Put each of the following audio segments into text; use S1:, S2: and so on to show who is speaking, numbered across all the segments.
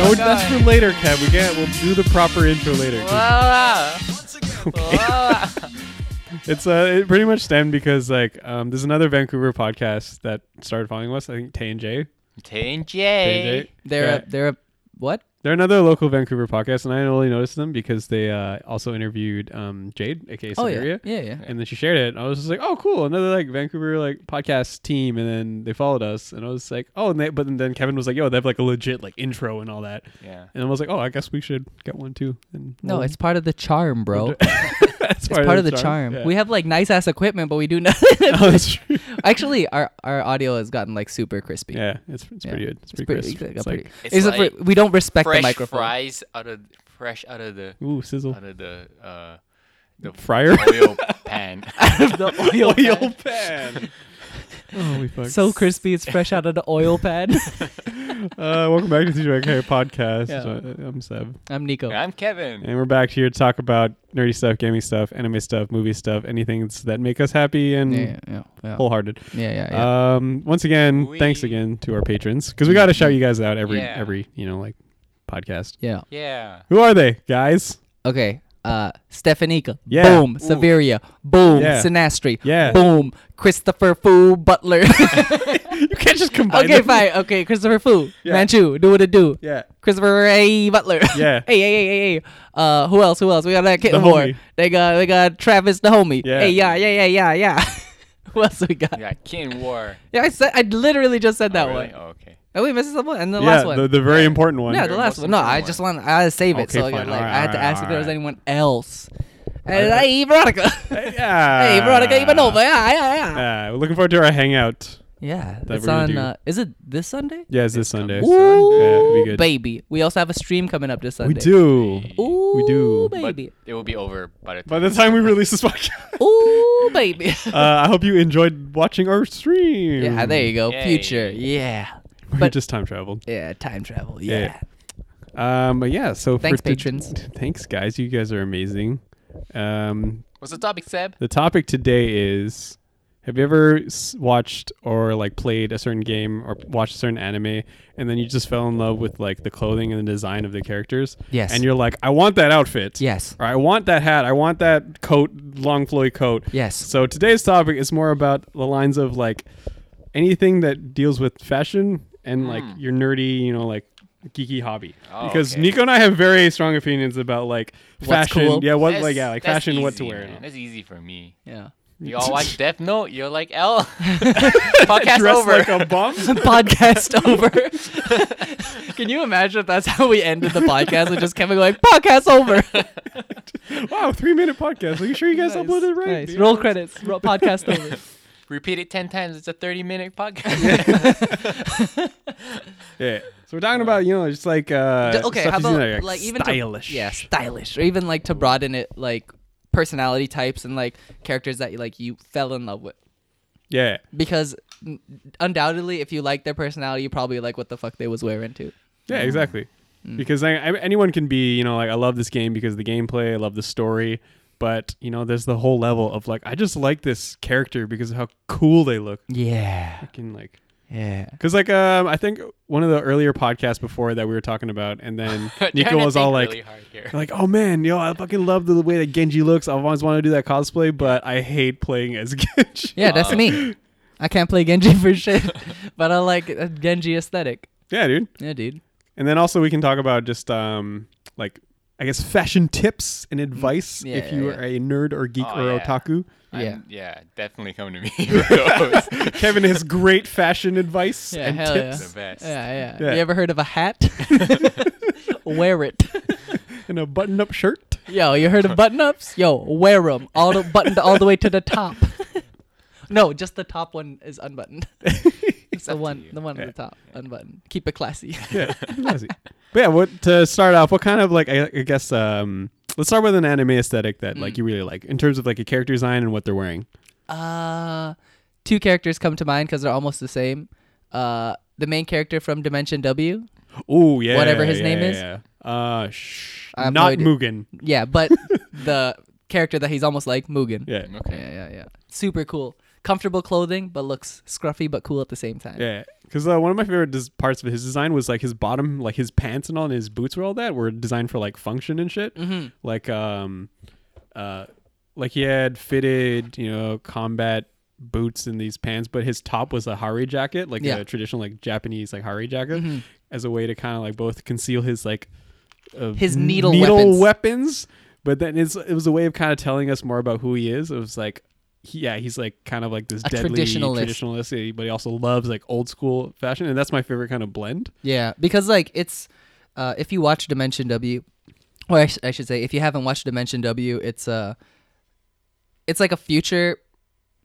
S1: We're- that's for later, Kev. We can't. We'll do the proper intro later. 'cause It's uh, it pretty much stemmed because like um, there's another Vancouver podcast that started following us. I think Tay and Jay. Tay and Jay.
S2: They're
S1: Yeah.
S2: a, they're a, what?
S1: They're another local Vancouver podcast, and I only noticed them because they uh, also interviewed um, Jade, aka
S2: Oh yeah.
S1: Siberia,
S2: yeah, yeah,
S1: and then she shared it. And I was just like, "Oh, cool! Another like Vancouver like podcast team." And then they followed us, and I was like, "Oh!" And they, but then Kevin was like, "Yo, they have like a legit like intro and all that."
S3: Yeah.
S1: And I was like, "Oh, I guess we should get one too." And
S2: No,
S1: we'll-
S2: it's part of the charm, bro.
S1: that's
S2: It's part of the charm.
S1: Yeah.
S2: We have like nice ass equipment, but we do nothing.
S1: Oh, that's true.
S2: Actually, our our audio has gotten like super crispy.
S1: Yeah, it's, it's
S2: Yeah.
S1: pretty good. It's
S2: It's
S1: pretty
S2: pretty.
S1: crisp.
S2: it's
S1: It's
S2: pretty-
S1: like,
S3: It's
S2: is it for-
S3: like
S2: we don't respect the
S3: fresh
S2: microphone.
S3: fries out of fresh out of the
S1: ooh, sizzle.
S3: out of the uh the
S1: Fryer?
S3: oil pan.
S2: the oil, pan.
S1: pan. oh, we fucked.
S2: So crispy, it's fresh out of the oil pad.
S1: Uh, welcome back to the TJ Care podcast.
S2: Yeah.
S1: So, uh, I'm Seb.
S2: I'm Nico.
S3: I'm Kevin.
S1: And we're back here to talk about nerdy stuff, gaming stuff, anime stuff, movie stuff, anything that's- that make us happy and
S2: Yeah, yeah, yeah.
S1: wholehearted.
S2: yeah, yeah, yeah.
S1: Um, once again, thanks
S3: We-
S1: again to our patrons because we got to shout you guys out every
S3: Yeah.
S1: every you know like podcast.
S2: yeah.
S3: Yeah.
S1: Who are they, guys?
S2: Okay. Uh, Stefanika.
S1: Yeah.
S2: Boom. Severia. Boom.
S1: Yeah.
S2: Sinastri.
S1: Yeah.
S2: Boom. Christopher Fu Butler.
S1: you can't just combine.
S2: okay,
S1: them.
S2: fine. Okay, Christopher Fu.
S1: Yeah.
S2: Manchu. Do what it do.
S1: Yeah.
S2: Christopher A. Butler.
S1: Yeah.
S2: hey, hey, hey, hey, hey. Uh, who else? Who else? We got that
S1: The
S2: kitten war.
S1: homie.
S2: They got they got Travis the homie.
S1: Yeah.
S2: Hey, yeah, yeah, yeah, yeah, yeah. who else we got?
S3: Yeah, King War.
S2: Yeah, I said I literally just said that
S3: oh, really?
S2: one.
S3: Oh, okay.
S2: Oh, we missed someone. And the
S1: yeah,
S2: last one.
S1: The, the very important one.
S2: yeah,
S3: Very
S2: the last
S3: most
S2: one. No, I
S3: important
S2: just want I had to save it,
S1: Okay,
S2: so I,
S1: fine.
S2: like,
S1: Alright,
S2: I had to
S1: alright,
S2: ask if there was
S1: alright.
S2: anyone else. And,
S1: I-
S2: hey, Veronica.
S1: yeah.
S2: hey, Veronica Ivanova. Yeah, yeah, yeah.
S1: Ah. Yeah, Uh, we're looking forward to our hangout.
S2: yeah,
S1: that
S2: it's
S1: we're gonna
S2: on.
S1: do.
S2: Uh, is it this Sunday?
S1: Yeah, it's
S3: It's
S1: this
S3: coming
S1: Sunday.
S3: Sunday.
S1: Yeah, it'd be
S2: Ooh,
S1: good.
S2: baby. We also have a stream coming up this Sunday.
S1: We do.
S2: Ooh,
S1: We do. But
S2: baby.
S3: But it will be over by the time.
S1: By the time we release this podcast,
S2: Ooh, baby.
S1: uh, I hope you enjoyed watching our stream.
S2: yeah, there you go.
S3: Yay.
S2: Future. Yeah.
S1: We
S2: but-
S1: just time traveled.
S2: Yeah, time travel.
S1: Yeah,
S2: Yeah.
S1: yeah. Um, but yeah, so for
S2: Thanks,
S1: tod-
S2: patrons.
S1: thanks, guys. You guys are amazing. Um,
S3: What's the topic, Seb?
S1: the topic today is: Have you ever s- watched or like played a certain game or watched a certain anime, and then you just fell in love with like the clothing and the design of the characters?
S2: Yes.
S1: And you're like, I want that outfit.
S2: Yes.
S1: Or I want that hat. I want that coat, long flowy coat.
S2: Yes.
S1: So today's topic is more about the lines of like anything that deals with fashion and like your nerdy, you know, like geeky hobby.
S3: Hmm. Oh,
S1: because
S3: okay.
S1: Nico and I have very strong opinions about like
S2: What's
S1: fashion.
S2: cool.
S1: Yeah, what
S3: That's-
S1: like yeah, like
S3: that's
S1: fashion, what to
S3: easy,
S1: wear.
S3: man.
S1: and all.
S3: That's easy for me.
S2: Yeah.
S3: You all watch Death Note. You're like L. Podcast
S1: Dress
S3: over.
S1: like a bum.
S2: podcast over. Can you imagine if that's how we ended the podcast? We just kept going, podcast over.
S1: wow, three minute podcast. Are you sure you guys
S2: Nice,
S1: uploaded right?
S2: nice. Roll credits. Roll podcast over.
S3: Repeat it ten times. It's a thirty-minute podcast.
S1: Yeah. So we're talking about you know just like uh,
S2: D- okay,
S1: stuff
S2: how
S1: you see
S2: about
S1: that are,
S2: like, even to-
S1: stylish?
S2: yeah, stylish, or even like to broaden it, like personality types and like characters that you like you fell in love with.
S1: Yeah.
S2: Because n- undoubtedly, if you like their personality, you probably like what the fuck they was wearing too.
S1: Yeah,
S3: Mm.
S1: exactly. Because I, I, anyone can be, you know, like I love this game because of the gameplay, I love the story, but you know, there's the whole level of like I just like this character because of how cool they look.
S2: Yeah,
S1: Fucking like,
S2: yeah.
S1: because like um, I think one of the earlier podcasts before that we were talking about, and then
S3: Trying
S1: Nico
S3: to
S1: was all
S3: think
S1: like,
S3: really hard here.
S1: like, oh man, yo, I fucking love the way that Genji looks. I've always wanted to do that cosplay, but I hate playing as Genji.
S2: Yeah, that's me. I can't play Genji for shit, but I like a Genji aesthetic.
S1: yeah, dude.
S2: Yeah, dude.
S1: And then also we can talk about just um like I guess fashion tips and advice
S2: yeah,
S1: if
S2: yeah,
S1: you
S2: yeah.
S1: are a nerd or geek
S3: Oh,
S1: or
S3: yeah.
S1: otaku.
S2: Yeah.
S3: I'm- yeah, definitely come to me for those.
S1: Kevin has great fashion advice
S2: Yeah,
S1: and
S2: hell
S1: tips
S3: the best.
S2: Yeah, yeah,
S1: Yeah.
S2: You ever heard of a hat? wear it.
S1: and a button-up shirt.
S2: Yo, you heard of button ups? Yo, wear them all the buttoned all the way to the top. no, just the top one is unbuttoned. It's the
S3: up to
S2: one,
S3: you.
S2: the one at the top, unbuttoned. Keep it classy.
S1: Yeah, classy. but yeah, what to start off? What kind of like I, I guess um let's start with an anime aesthetic that
S2: Mm.
S1: like you really like in terms of like a character design and what they're wearing.
S2: Uh, two characters come to mind because they're almost the same. Uh, the main character from Dimension W.
S1: Oh yeah,
S2: Whatever his name
S1: yeah,
S2: is?
S1: yeah. Uh, sh-
S2: I have no
S1: not
S2: idea.
S1: Mugen.
S2: Yeah, but the character that he's almost like Mugen.
S1: Yeah,
S2: Yeah, yeah, yeah. Super cool. comfortable clothing, but looks scruffy but cool at the same time.
S1: Yeah, because uh, one of my favorite des- parts of his design was like his bottom, like his pants and all, and his boots were all that were designed for like function and shit.
S2: Mm-hmm.
S1: Like um, uh, like he had fitted, you know, combat boots and these pants, but his top was a hari jacket, like
S2: Yeah. Mm-hmm.
S1: a traditional like Japanese like hari jacket, as a way to kind of like both conceal his like uh,
S2: His needle weapons.
S1: needle weapons. But then it's, it was a way of kind of telling us more about who he is. It was like, he, yeah, he's like kind of like this
S2: A
S1: deadly
S2: traditionalist.
S1: traditionalist, but he also loves like old school fashion, and that's my favorite kind of blend.
S2: Yeah, because like it's uh, if you watch Dimension W, or I, sh- I should say, if you haven't watched Dimension W, it's a it's like a future,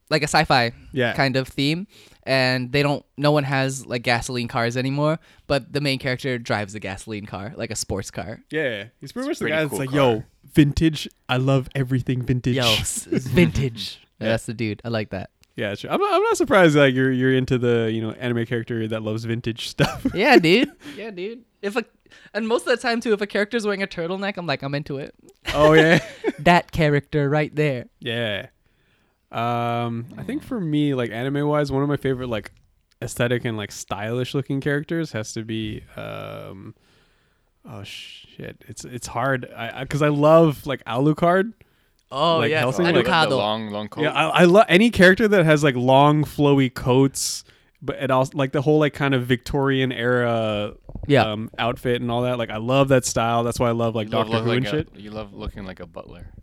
S2: like a sci-fi
S1: Yeah.
S2: kind of theme, and they don't. No one has like gasoline cars anymore, but the main character drives a gasoline car, like a sports car.
S1: Yeah, he's pretty much the
S3: pretty
S1: guy that's
S3: cool
S1: like,
S3: car.
S1: yo, vintage. I love everything vintage.
S2: Yo, s- it's vintage. That's the dude. I like that.
S1: Yeah, sure. I'm, not- I'm not surprised like you're you're into the you know anime character that loves vintage stuff.
S2: Yeah, dude. yeah, dude. If a and most of the time too, if a character's wearing a turtleneck, I'm like, I'm into it.
S1: oh yeah,
S2: That character right there.
S1: yeah. Um, I think for me, like anime wise, one of my favorite like aesthetic and like stylish looking characters has to be um, oh shit, it's it's hard. I because I, love like Alucard.
S2: Oh
S1: Like
S2: yeah,
S1: Helsing,
S3: Oh,
S1: like-
S3: the- the
S2: Alucado.
S3: long, long coat.
S1: Yeah, I, I love any character that has like long flowy coats, but it also like the whole like kind of Victorian era
S2: Yeah.
S1: um, outfit and all that. Like I love that style. That's why I love like
S3: You love
S1: Doctor Who
S3: looking
S1: and
S3: like
S1: shit.
S3: A, you love looking like a butler.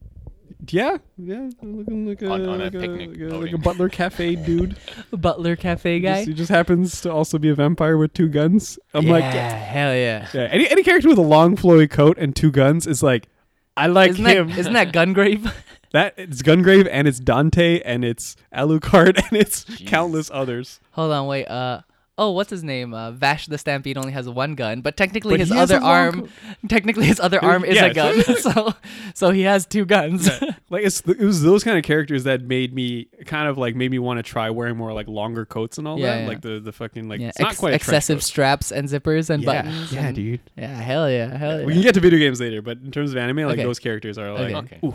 S1: Yeah, yeah, looking like a
S3: On- on a
S1: like, a,
S3: picnic
S1: like, a,
S3: outing.
S1: like a butler cafe dude.
S2: Butler Cafe guy.
S1: just, he just happens to also be a vampire with two guns. I'm
S2: yeah,
S1: like, yeah.
S2: hell yeah.
S1: Any any character with a long flowy coat and two guns is like, I like
S2: Isn't
S1: him.
S2: that, isn't that Gungrave?
S1: that it's Gungrave and it's Dante and it's Alucard and it's countless others.
S2: Hold on, wait. Uh, oh, what's his name? Uh, Vash the Stampede only has one gun, but technically
S1: But
S2: his
S1: he has
S2: other
S1: a long
S2: arm, technically his other arm is
S1: yeah,
S2: a gun. so, so he has two guns.
S1: Like it's th- it was those kind of characters that made me kind of like made me want to try wearing more like longer coats and all
S2: Yeah,
S1: that.
S2: yeah.
S1: Like the the fucking like
S2: yeah,
S1: it's not
S2: ex-
S1: quite a trench
S2: excessive
S1: coat.
S2: straps and zippers and
S1: Yeah,
S2: buttons.
S1: yeah,
S2: and-
S1: dude.
S2: Yeah, hell yeah, hell yeah.
S1: We can get to video games later, but in terms of anime, like
S2: Okay.
S1: those characters are like,
S2: Okay.
S3: Okay.
S1: ooh,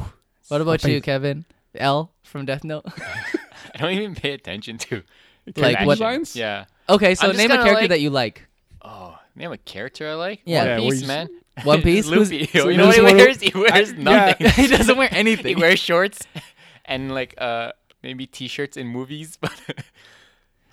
S2: what about
S1: Something-
S2: you, Kevin? L from Death Note.
S3: I don't even pay attention to.
S2: Like
S3: action.
S2: what-
S1: lines?
S3: Yeah.
S2: okay, so
S3: I'm just
S2: name a
S3: gonna,
S2: character
S3: like-
S2: that you like.
S3: Oh, name a character I like.
S2: Yeah. Yeah,
S3: One
S1: what
S3: Piece,
S1: you-
S3: man.
S2: One Piece? Who's-
S3: Luffy.
S2: so
S3: you know what
S1: there's
S3: he
S1: one-
S3: wears? He wears nothing.
S2: he doesn't wear
S3: he
S2: anything.
S3: wears shorts and like uh maybe t-shirts in movies, but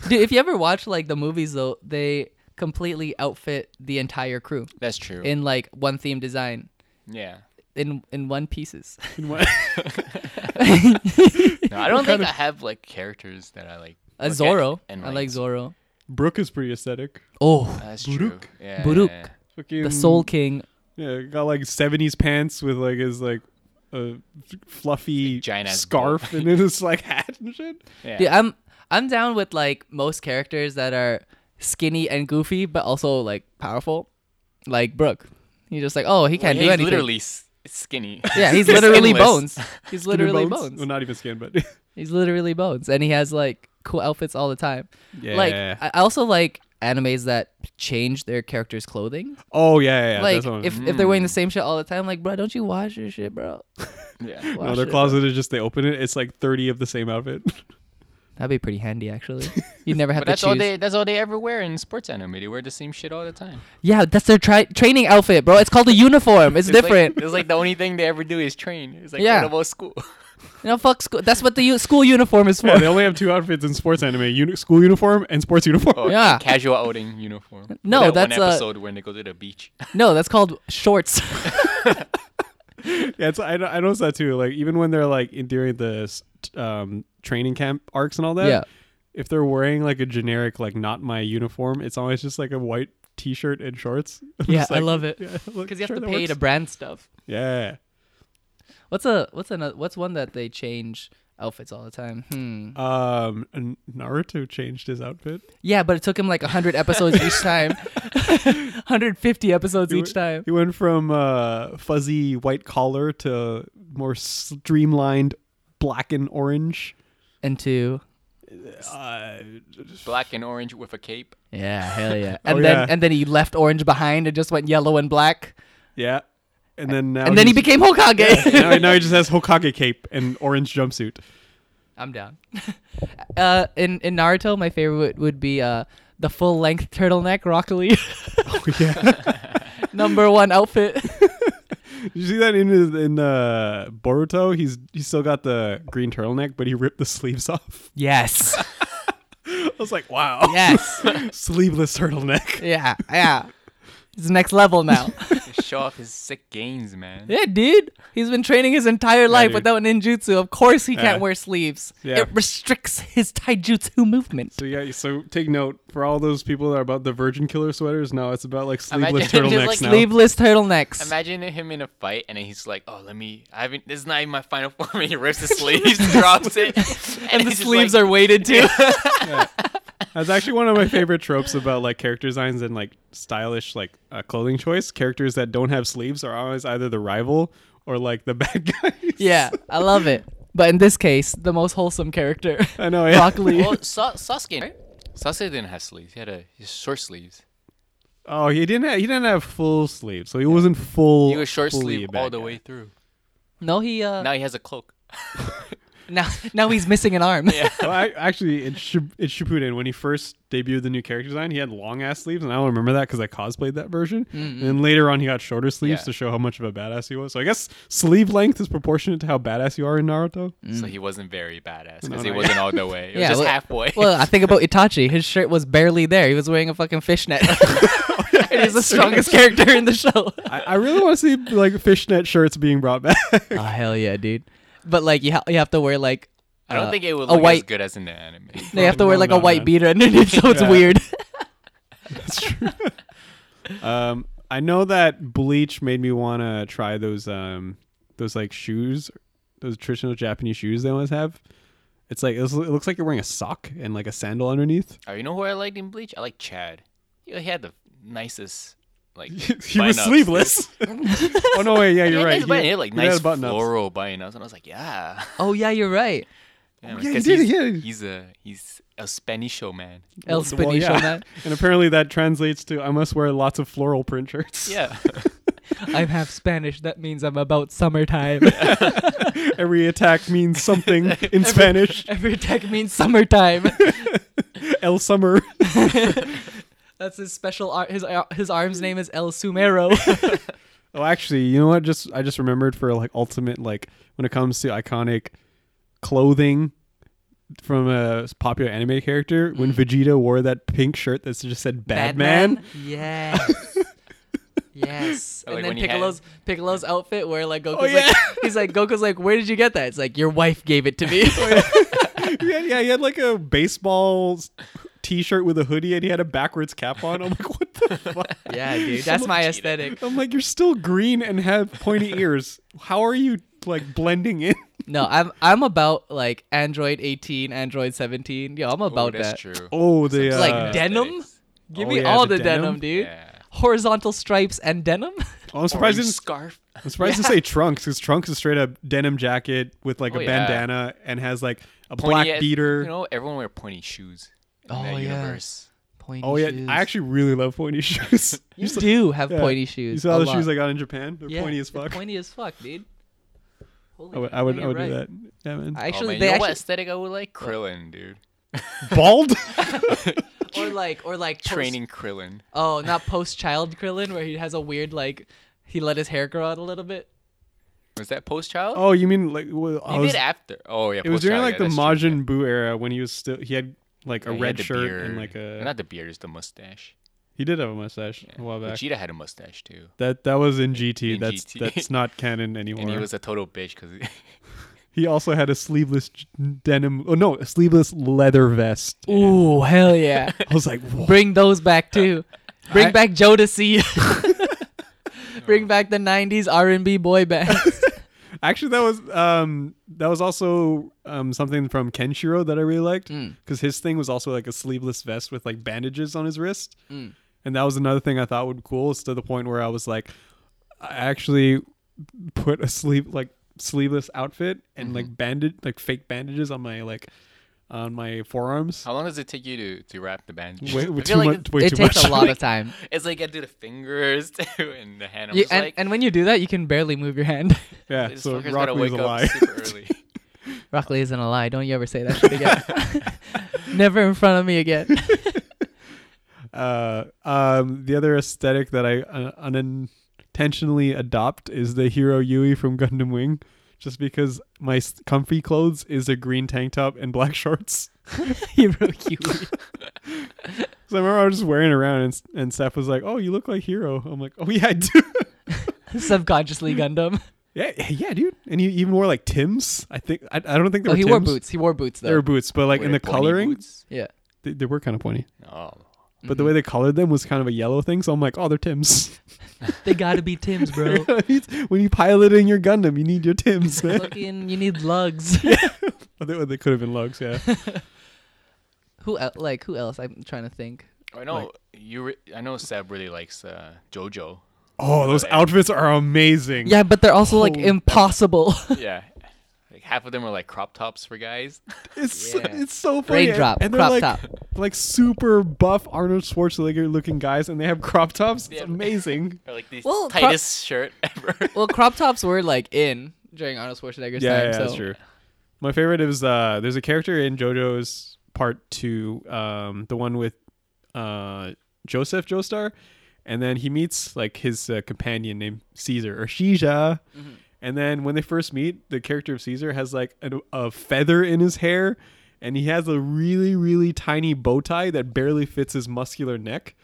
S2: Dude, if you ever watch like the movies though, they completely outfit the entire crew
S3: that's true.
S2: in like one theme design
S3: yeah.
S2: in in one pieces.
S1: In what-
S3: No, I don't think I have like characters that I like.
S2: A
S3: look at
S2: Zoro.
S3: and
S2: I like Zoro.
S1: Brooke is pretty aesthetic.
S2: Oh,
S3: That's true.
S1: Buruk.
S3: Yeah,
S2: Buruk.
S3: yeah, yeah.
S1: Fucking,
S3: Mm.
S2: the Soul King.
S1: Yeah, got like seventies pants with like his like uh, f- fluffy
S3: Giant-ass
S1: scarf and then his like hat and shit.
S3: Yeah.
S2: Dude, I'm I'm down with like most characters that are skinny and goofy, but also like powerful. Like Brooke. You're just like, oh, he can't
S3: Yeah,
S2: do
S3: he's
S2: anything.
S3: literally s- skinny.
S2: yeah, he's literally
S3: skinless.
S2: bones. He's
S1: Skinny
S2: literally
S1: bones?
S2: bones.
S1: Well, not even skin, but
S2: He's literally bones, and he has like cool outfits all the time.
S1: yeah.
S2: Like I I also like animes that change their characters' clothing.
S1: oh yeah, yeah. mm. yeah,
S2: like
S1: that's what I'm-
S2: if, if they're wearing the same shit all the time, like bro, don't you wash your shit, bro?
S3: Yeah.
S1: no,
S2: Wash
S1: their
S2: it.
S1: closet is just they open it. It's like thirty of the same outfit.
S2: That'd be pretty handy actually. You'd never have
S3: But
S2: to
S3: that's
S2: choose.
S3: all they that's all they ever wear in sports anime. They wear the same shit all the time.
S2: Yeah, that's their tri- training outfit, bro. It's called a uniform. It's,
S3: It's
S2: different.
S3: Like, it's like the only thing they ever do is train. It's like
S2: Yeah.
S3: what about school?
S2: you know, fuck school. That's what the u- school uniform is for.
S1: yeah, they only have two outfits in sports anime: uni- school uniform and sports uniform.
S3: Or
S2: Yeah.
S3: Oh, Casual outing uniform.
S2: No,
S3: that
S2: that's, uh,
S3: one episode when they go to the beach.
S2: no, that's called shorts.
S1: Yeah, it's, I, I noticed that too. Like even when they're like in during the s- t- um, training camp arcs and all that,
S2: Yeah.
S1: if they're wearing like a generic like not my uniform, it's always just like a white t-shirt and shorts. I'm
S2: yeah,
S1: just
S2: I
S1: like,
S2: love it
S1: yeah, look,
S2: because you have
S1: sure,
S2: to
S1: that
S2: pay to
S1: works.
S2: brand stuff.
S1: Yeah.
S2: What's a what's another what's one that they change outfits all the time? Hmm.
S1: Um, N- Naruto changed his outfit.
S2: Yeah, but it took him like hundred episodes each time. hundred fifty episodes
S1: He
S2: each
S1: went-
S2: time.
S1: He went from uh, fuzzy white collar to more streamlined black and orange.
S2: And two.
S1: Uh,
S3: Black and orange with a cape.
S2: Yeah, hell yeah. And
S1: Oh,
S2: then
S1: yeah.
S2: and then he left orange behind and just went yellow and black.
S1: yeah. And then now
S2: and then he
S1: he's-
S2: became Hokage.
S1: now, now he just has Hokage cape and orange jumpsuit.
S2: I'm down. uh, in in Naruto, my favorite would, would be uh the full length turtleneck Rock Lee
S1: yeah.
S2: number one outfit.
S1: Did you see that in his, in uh, Boruto? He's he's still got the green turtleneck, but he ripped the sleeves off.
S2: yes.
S1: I was like, wow,
S2: Yes.
S1: sleeveless turtleneck.
S2: yeah. Yeah. It's next level now.
S3: Show off his sick gains, man.
S2: yeah, dude. He's been training his entire life
S1: dude.
S2: without ninjutsu. Of course he can't
S1: Yeah.
S2: wear sleeves.
S1: Yeah.
S2: It restricts his taijutsu movement.
S1: So yeah, so take note for all those people that are about the virgin killer sweaters. Now it's about like sleeveless
S3: Imagine-
S1: turtlenecks
S3: just, like,
S1: now.
S2: Sleeveless turtlenecks.
S3: Imagine him in a fight, and then he's like, "Oh, let me. I haven't. This is not even my final form." And he rips his sleeves, drops it, and,
S2: and the sleeves are weighted too.
S1: That's actually one of my favorite tropes about like character designs and like stylish like uh, clothing choice. Characters that don't have sleeves are always either the rival or like the bad guy.
S2: yeah, I love it. But in this case, the most wholesome character.
S1: I know. Yeah.
S2: Rock Lee.
S3: Well, Sa- Sasuke, right? Sasuke didn't have sleeves. He had a his short sleeves.
S1: Oh, he didn't. Have, he didn't have full sleeves, so he wasn't full.
S3: He was short
S1: fully
S3: sleeve
S1: a bad
S3: all the
S1: guy.
S3: way through.
S2: No, he uh,
S3: Now he has a cloak.
S2: now now he's missing an arm.
S3: Yeah.
S1: well, I, actually, it's Shib- it's Shippuden. When he first debuted the new character design, he had long ass sleeves, and I don't remember that because I cosplayed that version. And then later on, he got shorter
S3: Mm-hmm.
S1: sleeves
S3: Yeah.
S1: to show how much of a badass he was. So I guess sleeve length is proportionate to how badass you are in Naruto.
S3: So he wasn't very badass because
S1: No,
S3: he
S1: no,
S3: wasn't all the way. It was
S2: Mm. Yeah,
S3: just
S2: well-
S3: halfway.
S2: Well, I think about Itachi. His shirt was barely there. He was wearing a fucking fishnet. and he's the strongest character in the show.
S1: I, I really want to see like fishnet shirts being brought back.
S2: oh hell yeah, dude! But like you, ha- you have to wear like
S3: I don't
S2: uh,
S3: think it would
S2: a
S3: look as
S2: white.
S3: good as in the anime.
S2: They have to wear
S1: No,
S2: like
S1: no,
S2: a white
S1: man.
S2: beater underneath, so it's
S1: Yeah.
S2: weird.
S1: That's true. um, I know that Bleach made me want to try those um those like shoes, those traditional Japanese shoes they always have. It's like it's, it looks like you're wearing a sock and like a sandal underneath.
S3: Oh, you know who I liked in Bleach? I like Chad. He he had the nicest, like
S1: he was
S3: button-ups.
S1: sleeveless. oh no, wait, yeah,
S3: He
S1: you're
S3: had
S1: right.
S3: nice button- he had like
S1: he had
S3: nice
S1: button-ups.
S3: floral button ups, and I was like, yeah.
S2: oh yeah, you're right.
S3: Yeah,
S1: he
S3: because
S1: did,
S3: he's,
S1: yeah.
S3: he's a he's a Spanisho man.
S2: El
S1: Well, well,
S2: Spanish
S1: yeah.
S2: on that.
S1: And apparently that translates to I must wear lots of floral print shirts.
S3: Yeah,
S2: I'm half Spanish. That means I'm about summertime.
S1: Every attack means something in Spanish.
S2: Every attack means summertime.
S1: El Summer.
S2: That's his special ar- his ar- his arm's name is El Sumero.
S1: Oh, actually, you know what? Just I just remembered for like ultimate like when it comes to iconic clothing from a popular anime character. When Vegeta wore that pink shirt that just said Batman.
S2: Yes. yes.
S3: Or like
S2: and
S3: when
S2: then
S3: he had-
S2: Piccolo's Piccolo's outfit where like Goku's
S1: Oh, yeah.
S2: like he's like Goku's like where did you get that? It's like your wife gave it to me.
S1: Oh, yeah, yeah, he had like a baseball t-shirt with a hoodie and he had a backwards cap on. I'm like, what the fuck?
S2: yeah, dude. That's my aesthetic.
S1: I'm like, you're still green and have pointy ears. How are you like blending in?
S2: No, I'm I'm about like Android 18, Android 17. Yo, I'm about
S3: Ooh, that's
S2: that.
S3: true.
S1: Oh, the
S2: Like
S1: uh,
S2: denim?
S3: Aesthetics.
S2: Give
S1: Oh,
S2: me
S1: yeah,
S2: all
S1: the
S2: the, denim,
S1: denim?
S2: dude.
S3: Yeah.
S2: Horizontal stripes and denim?
S1: oh, I'm
S3: Orange
S1: surprised. Didn't,
S3: scarf.
S1: I'm surprised to say trunks because trunks is straight up denim jacket with like
S3: Oh,
S1: a
S3: yeah.
S1: bandana and has like a black
S3: Pointy ass-
S1: beater.
S3: You know, everyone wear pointy shoes. In
S2: Oh,
S3: that
S2: yeah.
S3: universe.
S2: Pointy
S1: oh yeah,
S2: shoes.
S1: I actually really love pointy shoes.
S2: you do have
S1: Yeah.
S2: pointy
S1: you
S2: shoes.
S1: saw
S2: a
S1: the
S2: lot.
S1: shoes I got in Japan? They're
S2: Yeah,
S1: pointy as
S2: they're
S1: fuck.
S2: Pointy as fuck, dude. Holy
S1: I would,
S2: shit,
S1: I would,
S2: no,
S1: I would
S2: you're
S1: do
S2: right.
S1: that. Yeah, man.
S2: Actually,
S3: oh, man,
S2: they
S3: you know what
S2: actually
S3: aesthetic I would like? Krillin, dude.
S1: Bald?
S2: or like or like post-
S3: Training Krillin.
S2: Oh, not post child Krillin, where he has a weird like he let his hair grow out a little bit.
S3: Was that post child?
S1: oh, you mean like? Well, I
S3: He
S1: was,
S3: did after. Oh yeah,
S1: It was during like the
S3: Majin
S1: Majin Buu era when he was still he had like a red shirt and like a
S3: not the beard, it's the mustache.
S1: he did have a mustache a while back.
S3: Vegeta had a mustache too,
S1: that that was in GT.
S3: In
S1: that's
S3: GT.
S1: that's not canon anymore.
S3: and
S1: he,
S3: he was a total bitch because
S1: also had a sleeveless j- denim. Oh no, a sleeveless leather vest.
S2: Ooh, hell yeah!
S1: I was like, "Whoa."
S2: Bring those back too. Bring
S1: I-
S2: back Jodeci. Bring back the '90s R&B boy bands.
S1: actually, that was um that was also um something from Kenshiro that I really liked
S3: Mm.
S1: because his thing was also like a sleeveless vest with like bandages on his wrist,
S3: Mm.
S1: and that was another thing I thought would be cool. It's to the point where I was like, I actually put a sleeve like sleeveless outfit
S3: Mm-hmm.
S1: and like bandage like fake bandages on my like on my forearms.
S3: how long does it take you to, to wrap the bandage?
S1: Way,
S3: I
S1: way too
S3: feel like
S1: much.
S3: it's-
S1: Way
S2: it
S1: too
S2: takes
S1: much.
S2: a lot of time.
S3: It's like I do the fingers too and the hand. I'm
S2: You,
S3: just
S2: and,
S3: like,
S2: and when you do that, you can barely move your hand.
S1: yeah.
S3: this
S1: So
S3: fucker's
S1: Rock
S3: gotta
S1: Lee's
S3: wake
S1: a
S3: up
S1: lie.
S3: super early.
S2: Rock Lee isn't a lie. Don't you ever say that shit again. Never in front of me again.
S1: Uh, um, the other aesthetic that I uh, unintentionally adopt is the hero Yui from Gundam Wing, just because my s- comfy clothes is a green tank top and black shorts.
S2: Hero Yui.
S1: So I remember I was just wearing it around, and, s- and Seth was like, "Oh, you look like Hero." I'm like, "Oh yeah, I do."
S2: Subconsciously Gundam.
S1: yeah, yeah, dude. And he even wore like Tim's. I think I, I don't think they
S2: Oh,
S1: were.
S2: he wore
S1: Tims.
S2: boots. He wore boots
S1: They were
S2: though.
S1: boots, but like
S3: Were
S1: in
S3: they
S1: the
S3: pointy
S1: coloring,
S3: boots?
S2: Yeah.
S1: they, they were kind of pointy.
S3: Oh,
S1: But
S2: Mm-hmm.
S1: the way they colored them was kind of a yellow thing. So I'm like, "Oh, they're Tim's."
S2: They gotta be Tim's, bro.
S1: when you piloting your Gundam, you need your Tims, man.
S2: Fucking, you need lugs.
S1: Oh, they, they could have been lugs, yeah.
S2: who el- like who else? I'm trying to think.
S3: I know you. Re- I know Seb really likes uh, JoJo.
S1: Oh, those outfits are amazing.
S2: Yeah, but they're also like
S1: Holy-
S2: impossible.
S3: yeah, like half of them are like crop tops for guys.
S1: it's
S3: Yeah.
S1: it's so funny.
S2: Raindrop,
S1: and they're
S2: crop
S1: like,
S2: top.
S1: like super buff Arnold Schwarzenegger looking guys, and they have crop tops. It's
S3: Yeah.
S1: amazing.
S3: Or like the
S2: Well, crop-
S3: tightest shirt ever.
S2: well, crop tops were like in during Arnold Schwarzenegger's
S1: yeah,
S2: time.
S1: yeah,
S2: so.
S1: that's true. My favorite is uh, there's a character in JoJo's part two, um, the one with uh, Joseph Joestar, and then he meets like his uh, companion named Caesar or Shisha. And then when they first meet, the character of Caesar has like a, a feather in his hair, and he has a really really tiny bow tie that barely fits his muscular neck,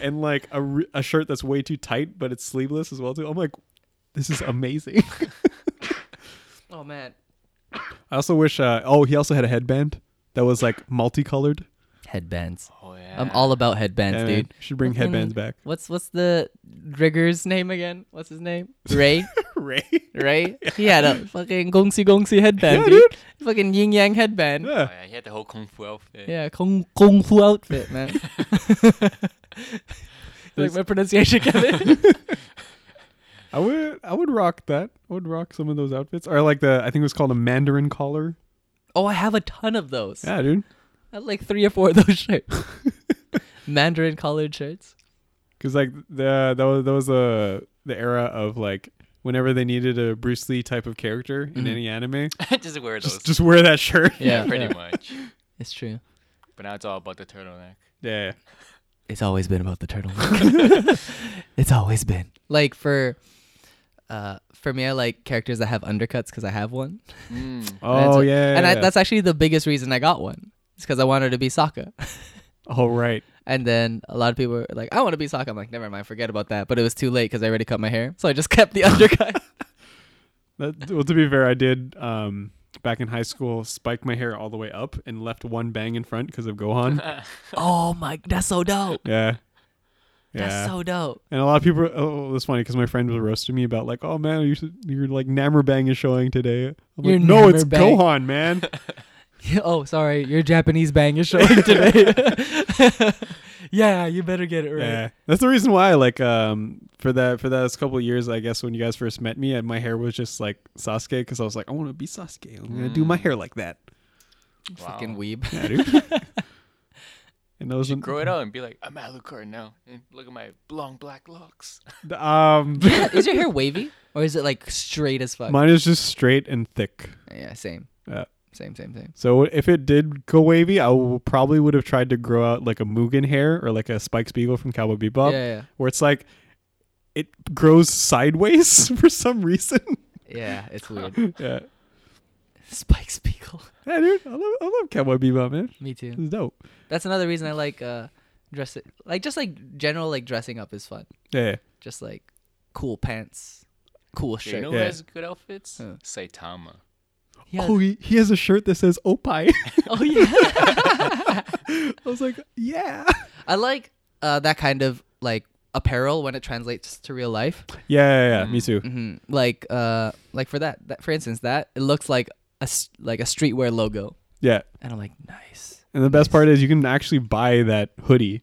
S1: and like a, re- a shirt that's way too tight, but it's sleeveless as well too. I'm like, this is amazing.
S2: Oh man,
S1: I also wish. Uh, oh, he also had a headband that was like multicolored.
S2: headbands.
S3: Oh yeah.
S2: I'm all about headbands,
S1: Yeah, man,
S2: dude.
S1: should bring
S2: Fucking-
S1: headbands back.
S2: What's what's the Rigger's name again? What's his name? Ray.
S1: Ray.
S2: Ray. He had a fucking gongsi gongsi headband,
S1: Yeah,
S2: dude. Fucking yin yang headband.
S3: Oh,
S1: Yeah.
S3: yeah, he had the whole kung fu outfit.
S2: Yeah, kung kung fu outfit, man. like
S1: There's-
S2: my pronunciation, Kevin.
S1: I would. I would rock that. I would rock some of those outfits. Or like the. I think it was called a Mandarin collar.
S2: oh, I have a ton of those.
S1: Yeah, dude.
S2: I have like three or four of those shirts. Mandarin collared shirts.
S1: Because like the that was that was the the era of like whenever they needed a Bruce Lee type of character
S2: Mm-hmm.
S1: in any anime,
S3: just wear those.
S1: just just wear that shirt.
S3: yeah, pretty much.
S2: It's true.
S3: But now it's all about the turtleneck.
S1: Yeah.
S2: It's always been about the turtleneck. it's always been like for, uh, for me, I like characters that have undercuts because I have one.
S3: Mm.
S2: And that's
S1: Oh
S2: what-
S1: yeah.
S2: and I,
S1: yeah.
S2: that's actually the biggest reason I got one. It's because I wanted to be Sokka,
S1: Oh right.
S2: and then a lot of people were like, "I want to be Sokka." I'm like, "Never mind, forget about that." But it was too late because I already cut my hair, so I just kept the undercut.
S1: That, well, to be fair, I did um back in high school spike my hair all the way up and left one bang in front because of Gohan.
S2: oh my, that's so dope.
S1: Yeah. Yeah.
S2: That's so dope.
S1: and a lot of people. Oh, that's funny because my friend was roasting me about like, oh man, you're, you're like Nammerbang is showing today. I'm
S2: You're
S1: like, no, it's
S2: Nammerbang."
S1: Gohan, man.
S2: oh, sorry, your Japanese bang is showing today. yeah, you better get it right.
S1: yeah, that's the reason why. Like, um, for that for those couple of years, I guess when you guys first met me, and my hair was just like Sasuke because I was like, I want to be Sasuke. I'm gonna do my hair like that.
S2: Fucking
S3: Wow.
S2: weeb.
S1: Yeah, dude. and that was
S3: You grow it out and be like, I'm Alucard now. And look at my long black locks.
S1: um,
S2: is your hair wavy or is it like straight as fuck?
S1: mine is just straight and thick.
S2: yeah, same.
S1: Yeah.
S2: Same, same, same.
S1: So if it did go wavy, I w- probably would have tried to grow out like a Mugen hair or like a Spike Spiegel from Cowboy Bebop.
S2: yeah,
S1: where it's like it grows sideways for some reason.
S2: yeah. Yeah, it's weird.
S1: yeah.
S2: Spike Spiegel.
S1: Yeah, dude, I love, I love Cowboy Bebop, man.
S2: Me too.
S1: It's dope.
S2: That's another reason I like uh dress it like just like general like dressing up is fun.
S1: Yeah.
S2: Just like cool pants, cool
S3: Do you
S2: shirt.
S3: know
S1: Yeah.
S3: who has good outfits?
S2: Huh.
S3: Saitama.
S2: Yeah.
S1: Oh, he, he has a shirt that says Opie.
S2: oh yeah.
S1: I was like, yeah.
S2: I like uh that kind of like apparel when it translates to real life.
S1: Yeah, yeah, yeah. Me too.
S2: hmm Like uh like for that, that for instance that it looks like a s- like a streetwear logo
S1: Yeah.
S2: and I'm like nice.
S1: And the best part is you can actually buy that hoodie.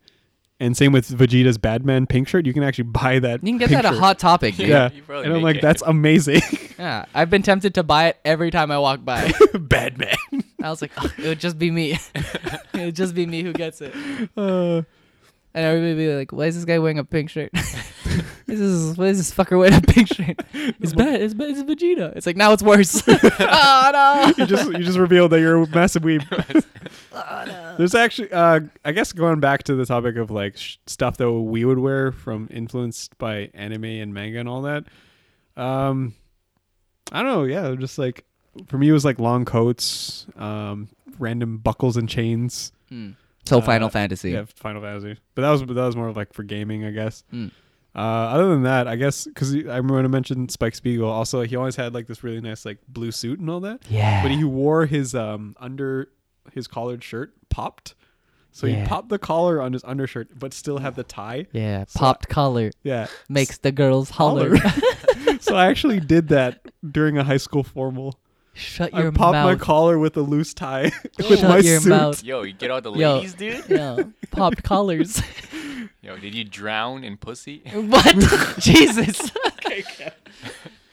S1: And same with Vegeta's Batman pink shirt. You can actually buy that.
S2: You can get
S1: pink
S2: that at
S1: shirt.
S2: Hot Topic, dude.
S1: Yeah.
S3: You probably
S1: And I'm
S3: make
S1: like,
S3: it.
S1: that's amazing.
S2: Yeah, I've been tempted to buy it every time I walk by.
S1: Batman.
S2: I was like, "Ugh, it would just be me. it would just be me who gets it.
S1: Uh,
S2: And everybody would be like, why is this guy wearing a pink shirt? this is what is this fucker way to picture it? It's bad. It's bad. It's Vegeta. It's like now it's worse. oh
S1: you
S2: no.
S1: just you just revealed that you're a massive weeb. There's actually, uh, I guess, going back to the topic of like sh- stuff that we would wear from influenced by anime and manga and all that. Um, I don't know. Yeah, just like for me, it was like long coats, um, random buckles and chains.
S2: So Final
S1: Uh,
S2: Fantasy.
S1: Yeah, Final Fantasy. But that was but that was more of like for gaming, I guess.
S2: Mm.
S1: Uh, other than that, I guess because I remember when I mentioned Spike Spiegel. Also, he always had like this really nice like blue suit and all that.
S2: Yeah.
S1: But he wore his um under his collared shirt popped, so
S2: Yeah.
S1: he popped the collar on his undershirt, but still had the tie.
S2: Yeah. Popped collar
S1: Yeah.
S2: makes the girls holler.
S1: so I actually did that during a high school formal.
S2: Shut
S1: I
S2: your
S1: popped my
S2: mouth.
S1: collar with a loose tie with
S2: Shut
S1: my
S2: your
S1: suit.
S2: mouth.
S3: Yo, you get all the
S2: Yo.
S3: ladies, dude.
S2: yeah. Popped collars.
S3: Yo, did you drown in pussy?
S2: what? Jesus.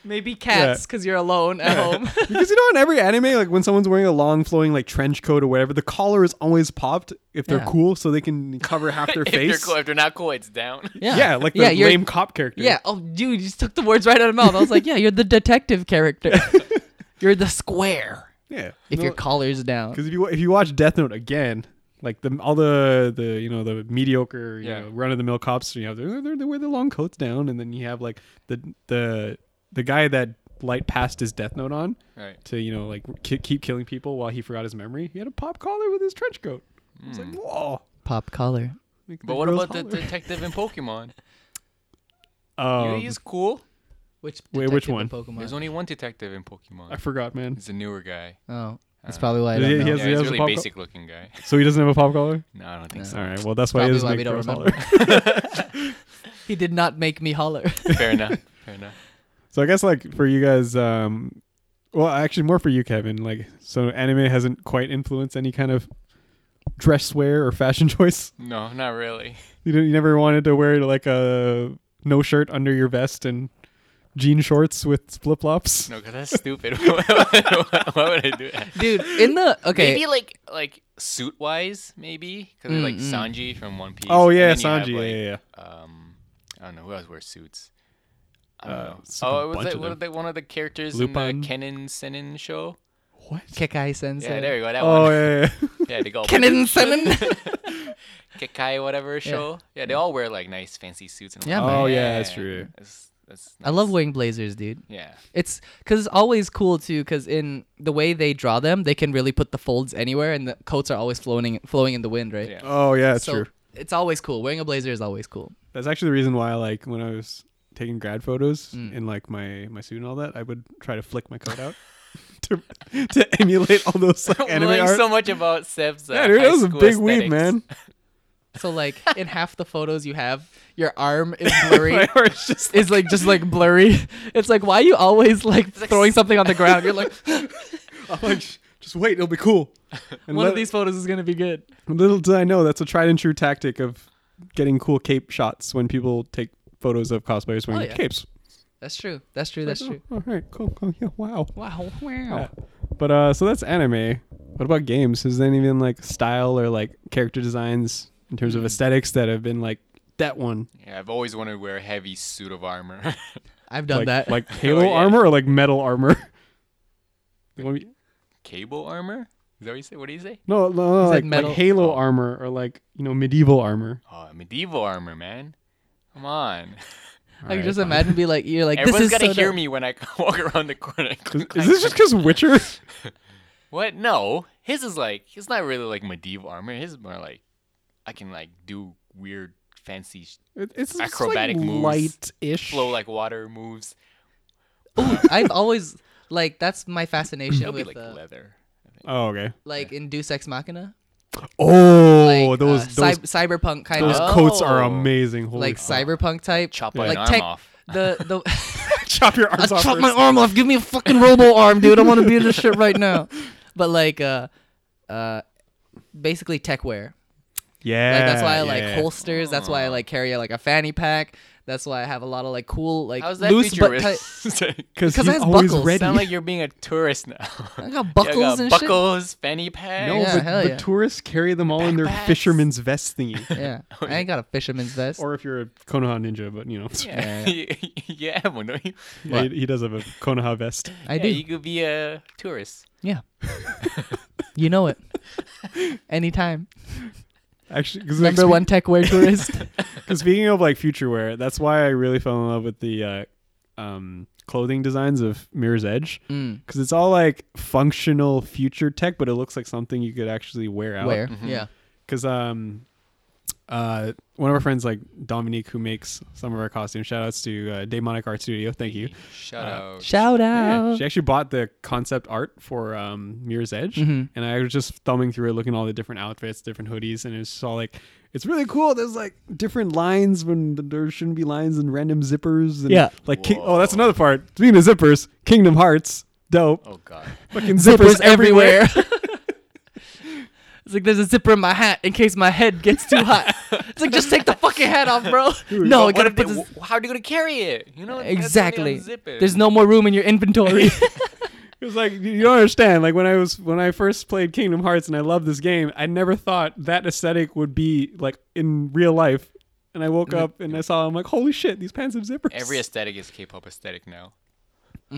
S2: Maybe cats because you're alone at home.
S1: because you know in every anime like when someone's wearing a long flowing like trench coat or whatever the collar is always popped if they're
S2: Yeah.
S1: cool so they can cover half their
S3: if they're
S1: face
S3: cool, if they're not cool, it's down.
S1: yeah. like the
S2: you're-
S1: lame cop character
S2: Yeah. Oh, dude, you just took the words right out of my mouth. I was like, yeah, you're the detective character. you're the square.
S1: yeah
S2: If your collar's down.
S1: because if you if you watch death note again like the all the the you know the mediocre you
S3: Yeah.
S1: know run-of-the-mill cops you know they're, they're, they wear the long coats down and then you have like the the the guy that light passed his death note on
S3: Right.
S1: to you know like ki- keep killing people while he forgot his memory he had a pop collar with his trench coat it's like whoa
S2: Pop collar.
S1: Make the
S3: Hmm. But what
S1: girls
S3: about the
S1: holler.
S3: detective in Pokemon?
S1: Um,
S3: he's cool.
S2: Which
S1: Wait, which
S2: detective in
S3: There's
S2: Pokemon?
S3: only one detective in
S1: I
S3: Pokemon.
S1: forgot, man.
S3: He's a newer guy. Um,
S2: Oh, that's probably why I
S1: He-
S2: don't
S1: he
S2: know.
S1: has-
S3: Yeah, he's
S1: a
S3: a really
S1: pop-
S3: basic looking guy.
S1: So he doesn't have a pop collar.
S3: No, I don't think
S1: All right. Well, that's why he
S2: Probably
S1: doesn't
S2: why
S1: make
S2: we don't
S1: girls
S2: remember.
S1: holler.
S2: He did not make me holler.
S3: so. Fair enough. Fair enough.
S1: so I guess like for you guys, um, well, actually more for you, Kevin. Like, so anime hasn't quite influenced any kind of dress wear or fashion choice.
S3: No, not really.
S1: You didn't, you never wanted to wear like a no shirt under your vest and jean shorts with flip flops.
S3: No, 'cause that's stupid. Why would I do that?
S2: Dude, in the. Okay.
S3: Maybe like like suit wise, maybe because like
S2: Mm, mm.
S3: Sanji from One Piece.
S1: Oh
S3: and
S1: yeah,
S3: then you have,
S1: Sanji. yeah, yeah, yeah.
S3: like, Um, I don't know who else wears suits. I don't
S1: Uh,
S3: know.
S1: it's like a
S3: Oh, it was
S1: bunch
S3: like
S1: of
S3: one
S1: them.
S3: of the one of the characters in
S1: Lupin.
S3: the Kenan Senin show.
S1: What?
S2: Kekai sensei.
S3: Yeah, there you go. That one.
S1: Oh yeah, yeah, yeah.
S3: Yeah, they go
S2: Kenan Senin.
S3: Kekai whatever show. Yeah. they all wear like nice fancy suits. And I'm
S2: Yeah,
S3: like,
S1: man. Oh, yeah, that's true.
S3: That's, that's
S2: I love
S3: nice.
S2: wearing blazers, dude.
S3: Yeah,
S2: It's because it's always cool too. Because in the way they draw them, they can really put the folds anywhere, and the coats are always floating, flowing in the wind, right?
S3: yeah.
S1: oh yeah, that's
S2: so
S1: true.
S2: It's always cool. Wearing a blazer is always cool.
S1: That's actually the reason why, like, when I was taking grad photos
S2: Mm.
S1: in like my my suit and all that, I would try to flick my coat out to to emulate all those like
S3: I'm
S1: anime
S3: learning
S1: art.
S3: so much about Seb's. Uh,
S1: yeah, dude,
S3: high
S1: that was a
S3: school
S1: big weeb,
S3: aesthetics.
S1: man.
S2: So like in half the photos you have, your arm is blurry.
S1: My art's just
S2: It's like just like blurry. It's like why are you always like throwing something on the ground? You're like
S1: I'm like, "Shh, just wait, it'll be cool. And
S2: one of
S1: let-
S2: these photos is gonna be good.
S1: little did I know, that's a tried and true tactic of getting cool cape shots when people take photos of cosplayers wearing
S2: yeah.
S1: capes.
S2: That's true. That's true. That's
S1: Oh,
S2: true.
S1: all right, cool, cool, yeah, wow.
S2: Wow. Wow.
S1: Yeah. But uh, so that's anime. What about games? Is there any even like style or like character designs in terms of aesthetics that have been like that one,
S3: Yeah, I've always wanted to wear a heavy suit of armor.
S2: I've done
S1: like
S2: that.
S1: like Halo
S3: yeah.
S1: armor or like metal armor? You want me-
S3: Cable armor? Is that what you say? What do you say?
S1: no, no, no
S2: He said
S1: like,
S2: metal.
S1: like Halo
S3: Oh.
S1: armor or like you know medieval armor.
S3: Oh, medieval armor, man. Come on.
S2: like
S1: Alright,
S2: just
S1: fine.
S2: imagine be like you're like
S3: Everyone's
S2: this is
S3: gotta
S2: so
S3: hear
S2: dope.
S3: me when I walk around the corner. and
S1: Is,
S3: clink,
S1: is
S3: clank.
S1: this just because Witcher?
S3: What? No, his is like it's not really like medieval armor. His is more like I can like do weird, fancy, sh-
S1: It- it's just
S3: Acrobatic
S1: like
S3: moves.
S1: light-ish.
S3: flow like water moves.
S2: Ooh, I've always like that's my fascination
S3: It'll be
S2: with
S3: like
S2: uh,
S3: leather.
S1: Oh okay.
S2: like in Deus Ex Machina.
S1: Oh,
S2: like,
S1: those
S2: uh,
S1: those,
S2: cyb- cyberpunk kind
S1: those
S2: of
S3: Oh.
S1: coats are amazing. Holy
S2: like
S1: fuck.
S2: cyberpunk type.
S3: Chop
S2: like
S3: an arm
S2: tech-
S3: off.
S2: The the
S1: chop your arms off.
S2: chop
S1: first.
S2: my arm off. Give me a fucking robo arm, dude. I want to be in this shit right now. But like uh uh basically tech wear.
S1: Yeah.
S2: like that's why I like
S1: yeah.
S2: holsters. That's why I like carry like a fanny pack. That's why I have a lot of like cool like
S3: How's that
S2: loose but tight.
S3: futuristic?
S2: because
S1: he's
S2: it has
S1: always
S2: buckles.
S1: ready.
S3: Sound like you're being a tourist now.
S2: I got
S3: You
S2: buckles and
S3: buckles, fanny pack.
S1: no,
S2: Yeah,
S1: but,
S2: hell
S1: but
S2: yeah.
S1: tourists carry them all in their
S3: Backpacks.
S1: fisherman's vest thingy.
S2: shit. Yeah, I ain't got a fisherman's vest.
S1: or if you're a Konoha ninja, but you know,
S3: Yeah, you have one, don't you?
S1: yeah, he, he does have a Konoha vest.
S2: I
S3: yeah,
S2: do.
S3: You could be a tourist.
S2: yeah, you know it. Anytime.
S1: Actually, because
S2: Number one tech wear tourist.
S1: Because speaking of like future wear, that's why I really fell in love with the uh, um, clothing designs of Mirror's Edge.
S2: Mm,
S1: Because it's all like functional future tech, but it looks like something you could actually wear out.
S2: wear. Yeah.
S1: Because um, uh, one of our friends, like Dominique, who makes some of our costumes, shout outs to uh, Daemonic Art Studio. Thank you.
S2: Uh,
S3: Shout out.
S2: Shout out.
S1: Yeah, she actually bought the concept art for um, Mirror's Edge, and I was just thumbing through it, looking at all the different outfits, different hoodies, and it's just all like, it's really cool. There's like different lines when th- there shouldn't be lines and random zippers. And
S2: Yeah.
S1: Like, King- oh, that's another part. Speaking of zippers, Kingdom Hearts, dope.
S3: oh God.
S1: Fucking zippers, everywhere.
S2: it's like there's a zipper in my hat in case my head gets too hot. It's like just take the fucking hat off, bro. no, Oh, I
S3: But what
S2: gotta
S3: if they,
S2: put this.
S3: wh- how are you gonna carry it? You know that's how they
S2: Exactly.
S3: unzip it.
S2: There's no more room in your inventory.
S1: It was like you you don't understand. Like when I was when I first played Kingdom Hearts and I loved this game, I never thought that aesthetic would be like in real life. And I woke up and I saw I'm like, holy shit, these pants have zippers.
S3: Every aesthetic is K-pop aesthetic now.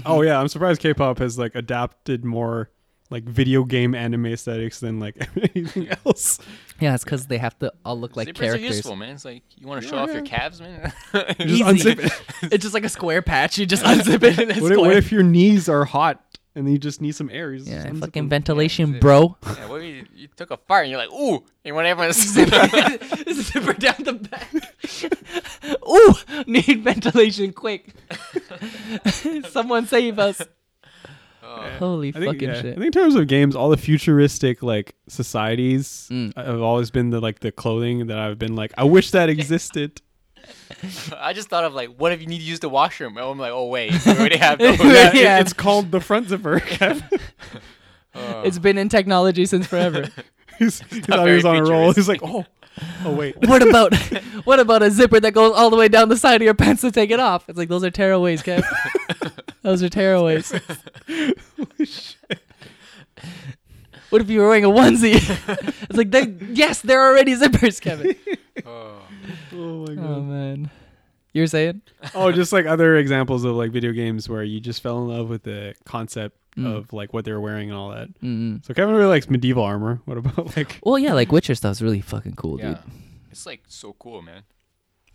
S1: Oh yeah, I'm surprised K-pop has like adapted more like video game anime aesthetics than like anything else.
S2: yeah, it's because they have to all look like
S3: Zippers are
S2: characters.
S3: useful, man. It's like you want to show off your calves, man.
S1: Just
S2: Easy.
S1: unzip it.
S2: it's just like a square patch. You just unzip it and it's
S1: What if,
S2: square.
S1: what if your knees are hot and you just need some air? You just
S2: yeah,
S1: unzip
S2: fucking
S1: them.
S2: ventilation, bro.
S3: yeah, what if you, you took a fart and you're like, ooh, and when everyone's zipping,
S2: Zipper down the back. Ooh, need ventilation quick. Someone save us. Holy
S1: I think,
S2: fucking
S1: yeah, I
S2: shit.
S1: think in terms of games, all the futuristic like societies have always been the like the clothing that I've been like, I wish that existed.
S3: I just thought of like, what if you need to use the washroom? And I'm like, oh wait, we already have those.
S1: yeah, it-
S2: Yeah.
S1: it's called the front zipper. Kev.
S2: It's been in technology since forever.
S1: he's he thought he
S3: very
S1: was on a roll. He's like, oh, oh wait.
S2: what about what about a zipper that goes all the way down the side of your pants to take it off? It's like those are tearaways, Kev. those are tearaways. What if you were wearing a onesie? it's like they yes, they're already zippers, Kevin.
S3: Oh.
S1: Oh my
S2: Oh
S3: Um,
S1: god.
S2: man. You were saying?
S1: oh, just like other examples of like video games where you just fell in love with the concept
S3: Mm.
S1: of like what they were wearing and all that.
S3: Mm-hmm.
S2: Mm-mm.
S1: So Kevin really likes medieval armor. What about like
S2: Well, yeah, like Witcher stuff's really fucking cool,
S3: Yeah.
S2: dude.
S3: It's like so cool, man.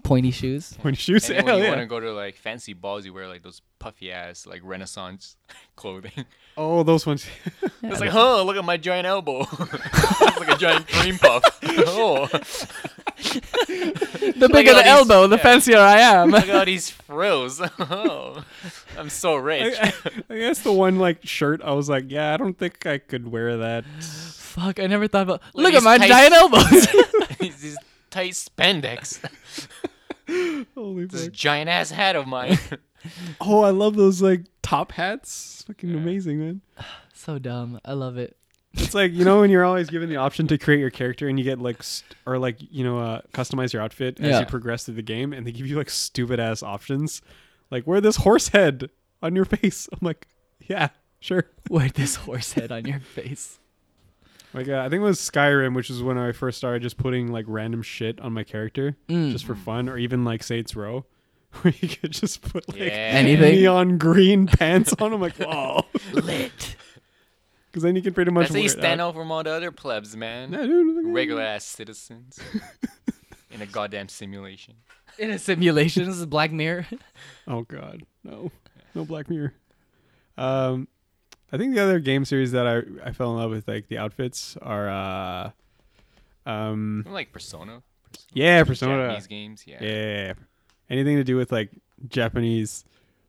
S2: Pointy shoes.
S1: when shoes?
S3: And then when
S1: Hell
S3: you
S1: yeah.
S3: want to go to like fancy balls, you wear like those puffy ass like Renaissance clothing.
S1: Oh, those ones.
S3: it's like, huh? Look at my giant elbow. it's like a giant cream puff. oh, look
S2: The bigger
S3: all
S2: the
S3: these-
S2: elbow, the
S3: yeah.
S2: fancier I am.
S3: at all these frills. Oh, I'm so rich.
S1: I, I guess the one like shirt I was like, yeah, I don't think I could wear that.
S2: Fuck, I never thought about.
S3: Look
S2: Look
S3: at
S2: at
S3: these
S2: my
S3: tights.
S2: giant elbows.
S3: these, these tight spandex.
S1: Holy
S3: This
S1: fuck.
S3: giant ass hat of mine.
S1: Oh, I love those like top hats. It's fucking amazing, man.
S2: so dumb. I love it.
S1: It's like, you know, when you're always given the option to create your character and you get like, st- or like, you know, uh, customize your outfit as
S2: Yeah.
S1: you progress through the game and they give you like stupid ass options. Like, wear this horse head on your face. I'm like, yeah, sure.
S2: Wear this horse head on your face.
S1: Like, uh, I think it was Skyrim, which is when I first started just putting like random shit on my character
S2: Mm.
S1: just for fun, or even like Saints Row, where you could just put like
S3: Yeah.
S2: Anything.
S1: neon green pants on. I'm like, wow.
S2: Lit.
S1: Because then you can pretty much
S3: That's how you
S1: wear it
S3: stand
S1: out.
S3: out from all the other plebs, man.
S1: uh, Yeah, dude, look at-
S3: Regular ass citizens in a goddamn simulation.
S2: In a simulation, this is Black Mirror.
S1: Oh God, no, no Black Mirror. Um, I think the other game series that I I fell in love with, like the outfits, are uh, um,
S3: Like Persona.
S1: yeah, Persona,
S3: Japanese games, yeah.
S1: yeah, anything to do with like Japanese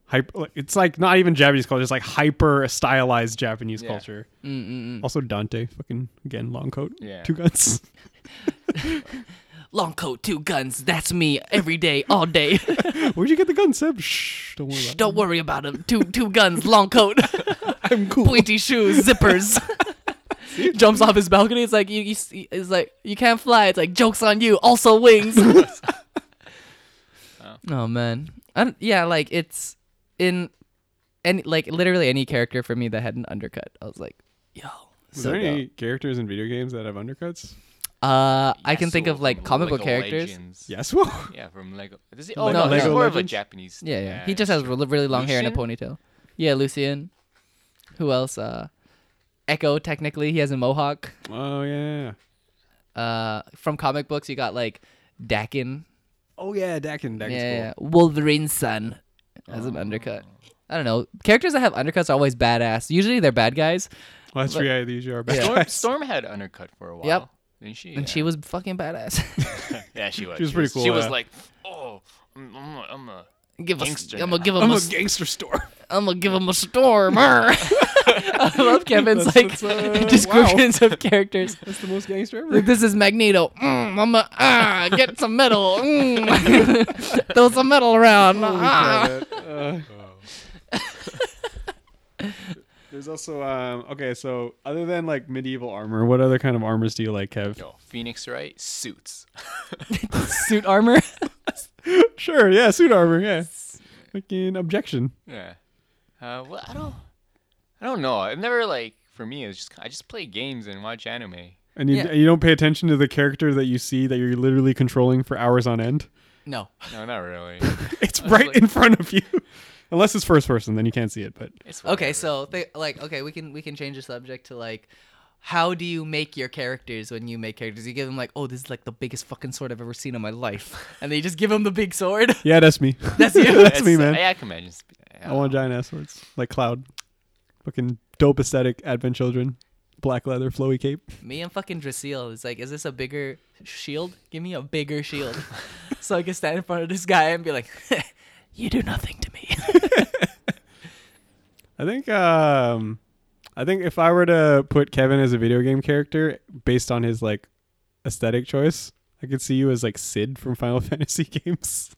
S1: hyper. Like, it's like not even Japanese culture; it's like hyper stylized Japanese
S3: Yeah.
S1: culture.
S2: Mm-mm-mm.
S1: Also, Dante, fucking again, long coat,
S3: Yeah.
S1: two guns.
S2: Long coat, two guns. That's me every day, all day.
S1: Where'd you get the gun, Seb? Shh, don't worry about
S2: Don't worry about them. Two two guns, long coat,
S1: it. I'm cool.
S2: pointy shoes, zippers. jumps off his balcony. It's like you, you see- it's like you can't fly. It's like jokes on you. Also wings. Oh man, I don't, yeah, like it's in any like literally any character for me that had an undercut. I was like, yo,
S1: Was
S2: so
S1: there
S2: dope.
S1: any characters in video games that have undercuts?
S2: Uh, I can think
S3: Yasuo
S2: of like
S3: from
S2: comic book
S3: Lego
S2: characters.
S3: Legends.
S1: Yes. Whoa.
S3: Yeah, from Lego. Does he, oh
S2: Lego
S3: no, he's
S1: Legends.
S3: more of a Japanese.
S2: Yeah, yeah. He just has really, really long hair and a ponytail. Yeah, Lucian. Who else? Uh, Echo. Technically, he has a mohawk.
S1: Oh yeah.
S2: Uh, from comic books, you got like Dakin.
S1: Oh yeah, Dakin.
S2: Yeah,
S1: Dakin's
S2: yeah, Wolverine's son as an undercut. I don't know. Characters that have undercuts are always badass. Usually, they're bad guys.
S1: cool. Well, that's
S2: But-
S1: reality. These are our
S2: Yeah.
S1: best
S3: Storm,
S1: guys.
S3: Storm had undercut for a while.
S2: Yep.
S3: Didn't she?
S2: And she was fucking badass.
S3: Yeah, she was.
S1: was pretty
S3: She
S1: cool,
S3: was
S1: yeah.
S3: like, oh, I'm, I'm, a, I'm a.
S2: give us,
S3: Gangster
S2: I'm gonna
S3: now.
S2: give him
S1: I'm
S2: a,
S1: a gangster storm.
S2: I'm gonna give him a storm. I love Kevin's
S1: That's-
S2: like
S1: that's, uh, wow.
S2: descriptions of characters.
S1: That's the most gangster ever.
S2: Like, this is Magneto. Mm, I'm a, ah, get some metal. Mm. Throw some metal around. Ah.
S1: Uh, Oh. There's also um okay, so other than like medieval armor, what other kind of armors do you like, Kev?
S3: Yo, Phoenix Wright suits.
S2: Suit armor.
S1: Sure, yeah, suit armor, yeah. Fucking objection.
S3: Yeah. Uh, well, I don't. I don't know. I've never like. For me, it's just I just play games and watch anime.
S1: And you
S2: Yeah.
S1: you don't pay attention to the character that you see that you're literally controlling for hours on end.
S2: No.
S3: No, not really.
S1: It's right
S3: like-
S1: in front of you. Unless it's first person, then you can't see it, but
S3: It's
S2: Okay,
S3: whatever.
S2: so they, like, okay, we can we can change the subject to like, how do you make your characters when you make characters? You give them like, oh, this is like the biggest fucking sword I've ever seen in my life, and then you just give them the big sword.
S1: yeah, that's me.
S2: That's you.
S1: that's me, man.
S3: I, I can imagine. sp- I
S1: I want giant ass swords. Like Cloud. Fucking dope aesthetic, Advent Children. Black leather, flowy cape.
S2: Me and fucking Drasil is like, is this a bigger shield? Give me a bigger shield, so I can stand in front of this guy and be like, you do nothing to me.
S1: I think um I think if I were to put Kevin as a video game character based on his like aesthetic choice, I could see you as like Sid from Final Fantasy games.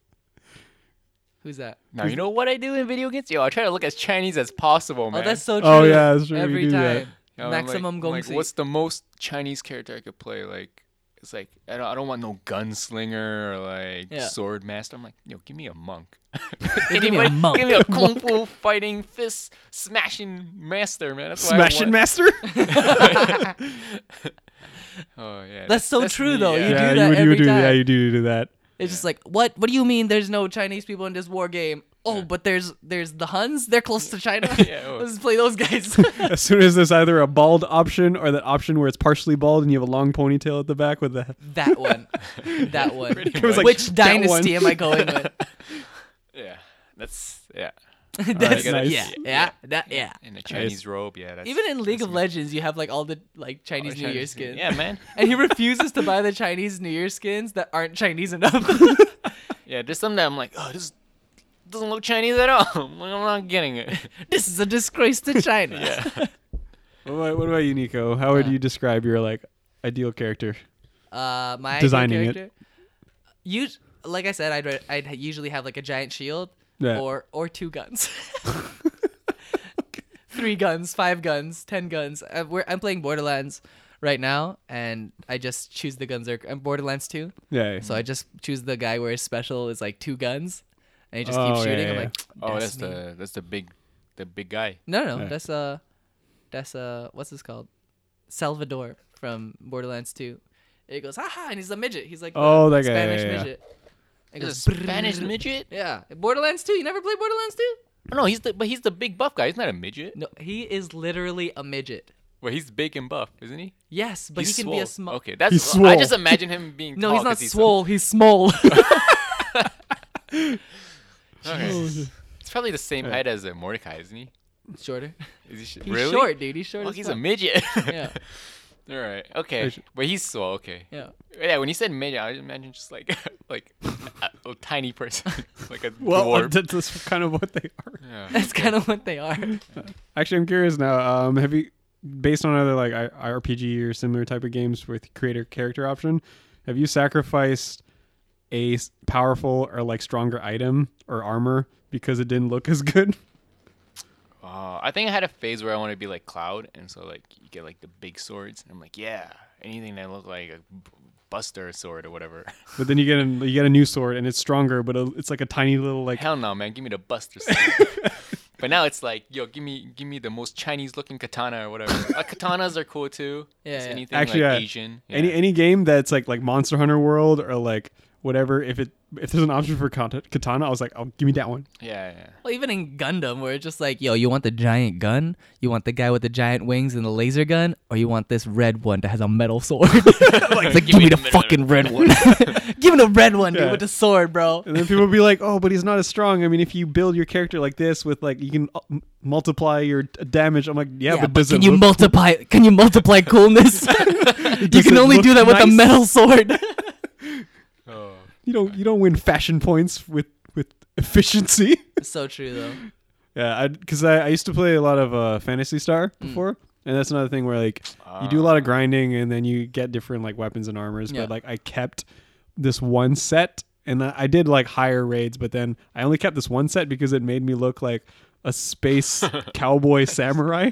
S2: Who's that?
S3: Now you know what I do in video games? Yo, I try to look as Chinese as possible, man.
S2: Oh, that's so true.
S1: Oh, yeah, that's true. You
S2: Every
S1: do that.
S2: time.
S3: You know, I'm like-
S2: Maximum
S3: I'm
S2: Gong
S3: like,
S2: Si.
S3: What's the most Chinese character I could play? Like, it's like I don't, I don't want no gunslinger or like
S2: Yeah.
S3: sword master. I'm like, yo, give me a monk.
S2: give me a
S3: Anybody-
S2: monk.
S3: Give me a kung fu fighting fist smashing master, man. That's what I
S1: Smashing
S3: want.
S1: Master?
S3: Oh yeah.
S2: That's so true,
S3: me,
S2: though.
S3: Yeah.
S2: You do
S1: yeah,
S2: that
S1: you, you
S2: every
S1: do yeah,
S2: time.
S1: you do do that.
S2: It's just like, what? What do you mean? There's no Chinese people in this war game? Oh, but there's there's the Huns. They're close to China.
S3: Yeah, oh.
S2: Let's play those guys.
S1: As soon as there's either a bald option or that option where it's partially bald and you have a long ponytail at the back with the
S2: that one. That one.
S3: Pretty Oh,
S1: was like,
S2: Which
S1: "That
S2: dynasty am
S1: one."
S2: I going with?
S3: Yeah. That's yeah.
S2: That's
S1: Alright, nice.
S2: yeah, yeah, that yeah.
S3: In a Chinese robe, yeah. That's,
S2: Even in League
S3: that's
S2: of
S3: me.
S2: Legends, you have like all the like
S3: Oh,
S2: Chinese New Year
S3: Chinese-
S2: skins.
S3: Yeah, man.
S2: And he refuses to buy the Chinese New Year skins that aren't Chinese enough.
S3: Yeah, there's some that I'm like, oh, this doesn't look Chinese at all. I'm like, I'm not getting it.
S2: this is a disgrace to China.
S1: What about, what about you, Nico? How would
S2: Uh.
S1: you describe your like ideal character?
S2: uh my
S1: Designing it.
S2: ideal character. You like I said, I'd re- I'd usually have like a giant shield
S1: Yeah.
S2: or or two guns. Three guns, five guns, ten guns. Uh, we're, I'm playing Borderlands right now, and I just choose the guns. That are, I'm Borderlands 2,
S1: Yeah.
S2: so I just choose the guy where his special is like two guns, and he just
S1: Oh,
S2: keeps
S1: yeah,
S2: shooting.
S1: yeah,
S2: I'm
S1: yeah.
S2: like,
S3: Oh, that's
S2: me."
S3: the that's the big, the big guy.
S2: no, no, no,
S1: Yeah.
S2: that's uh, that's uh, what's this called? Salvador from Borderlands 2. It goes, haha, and he's a midget. He's like, the
S1: Oh, that guy, yeah,
S2: Spanish
S1: yeah, yeah.
S2: midget. It
S3: He's a
S2: goes,
S3: Spanish
S2: "Brrr."
S3: midget?
S2: Yeah, Borderlands 2. You never played Borderlands 2?
S3: Oh, no, he's the but he's the big buff guy. He's not a midget.
S2: No, he is literally a midget.
S3: Well, he's big and buff, isn't he?
S2: Yes, but
S3: he's
S2: he can be a small.
S3: Okay, that's
S1: He's
S3: I
S1: swole.
S3: just imagine him being.
S2: No,
S3: tall
S2: he's not
S3: 'cause he's
S2: swole. He's small.
S3: Okay. It's probably the same height as uh, Mordecai, isn't he?
S2: Shorter.
S3: Is he sh-
S2: He's
S3: really?
S2: short, dude. He's short.
S3: Well,
S2: as
S3: he's a
S2: fuck.
S3: midget.
S2: Yeah,
S3: All right. Okay.
S1: should-
S3: But he's swole. Okay.
S2: yeah.
S3: Yeah. When he said midget, I imagine just like like a, a tiny person, like a
S1: Well,
S3: dwarf.
S1: that's, that's kind of what they are.
S3: Yeah.
S2: That's kind of what they are.
S1: Actually, I'm curious now. Um, have you, based on other like I- RPG or similar type of games with creator character option, have you sacrificed a s- powerful or like stronger item or armor because it didn't look as good?
S3: Oh, I think I had a phase where I wanted to be like Cloud, and so like you get like the big swords, and I'm like, yeah, anything that looked like a b- Buster sword or whatever.
S1: But then you get a, you get a new sword and it's stronger, but a, it's like a tiny little like
S3: Hell no, man, give me the Buster sword. but now it's like, yo, give me give me the most Chinese looking katana or whatever. like katanas are cool too.
S2: Yeah,
S3: Just
S2: yeah.
S3: anything
S1: Actually,
S3: like
S1: yeah.
S3: Asian. Yeah.
S1: any any game that's like like Monster Hunter World or like whatever. If it if there's an option for kat- katana, I was like, oh, give me that one.
S3: yeah, yeah.
S2: Well, even in Gundam, where it's just like, yo, you want the giant gun? You want the guy with the giant wings and the laser gun? Or you want this red one that has a metal sword? like, give, me the,
S3: middle-
S2: fucking red one. give me the red one, dude,
S1: Yeah.
S2: with the sword, bro.
S1: And then people would be like, oh, but he's not as strong. I mean, if you build your character like this with like you can uh, m- multiply your d- damage. I'm like, yeah,
S2: Yeah,
S1: but, does
S2: can
S1: it
S2: you
S1: look-
S2: multiply? Can you multiply coolness? you
S1: does
S2: can
S1: it
S2: only
S1: look
S2: do that with a
S1: nice?
S2: metal sword.
S3: Oh.
S1: you don't you don't win fashion points with with efficiency.
S2: so true though.
S1: Yeah, because I, I, used to play a lot of uh, Fantasy Star
S2: Hmm.
S1: before, and that's another thing where like you do a lot of grinding and then you get different like weapons and armors.
S2: Ah. Yeah.
S1: But like I kept this one set, and I, I did like higher raids, but then I only kept this one set because it made me look like a space cowboy samurai.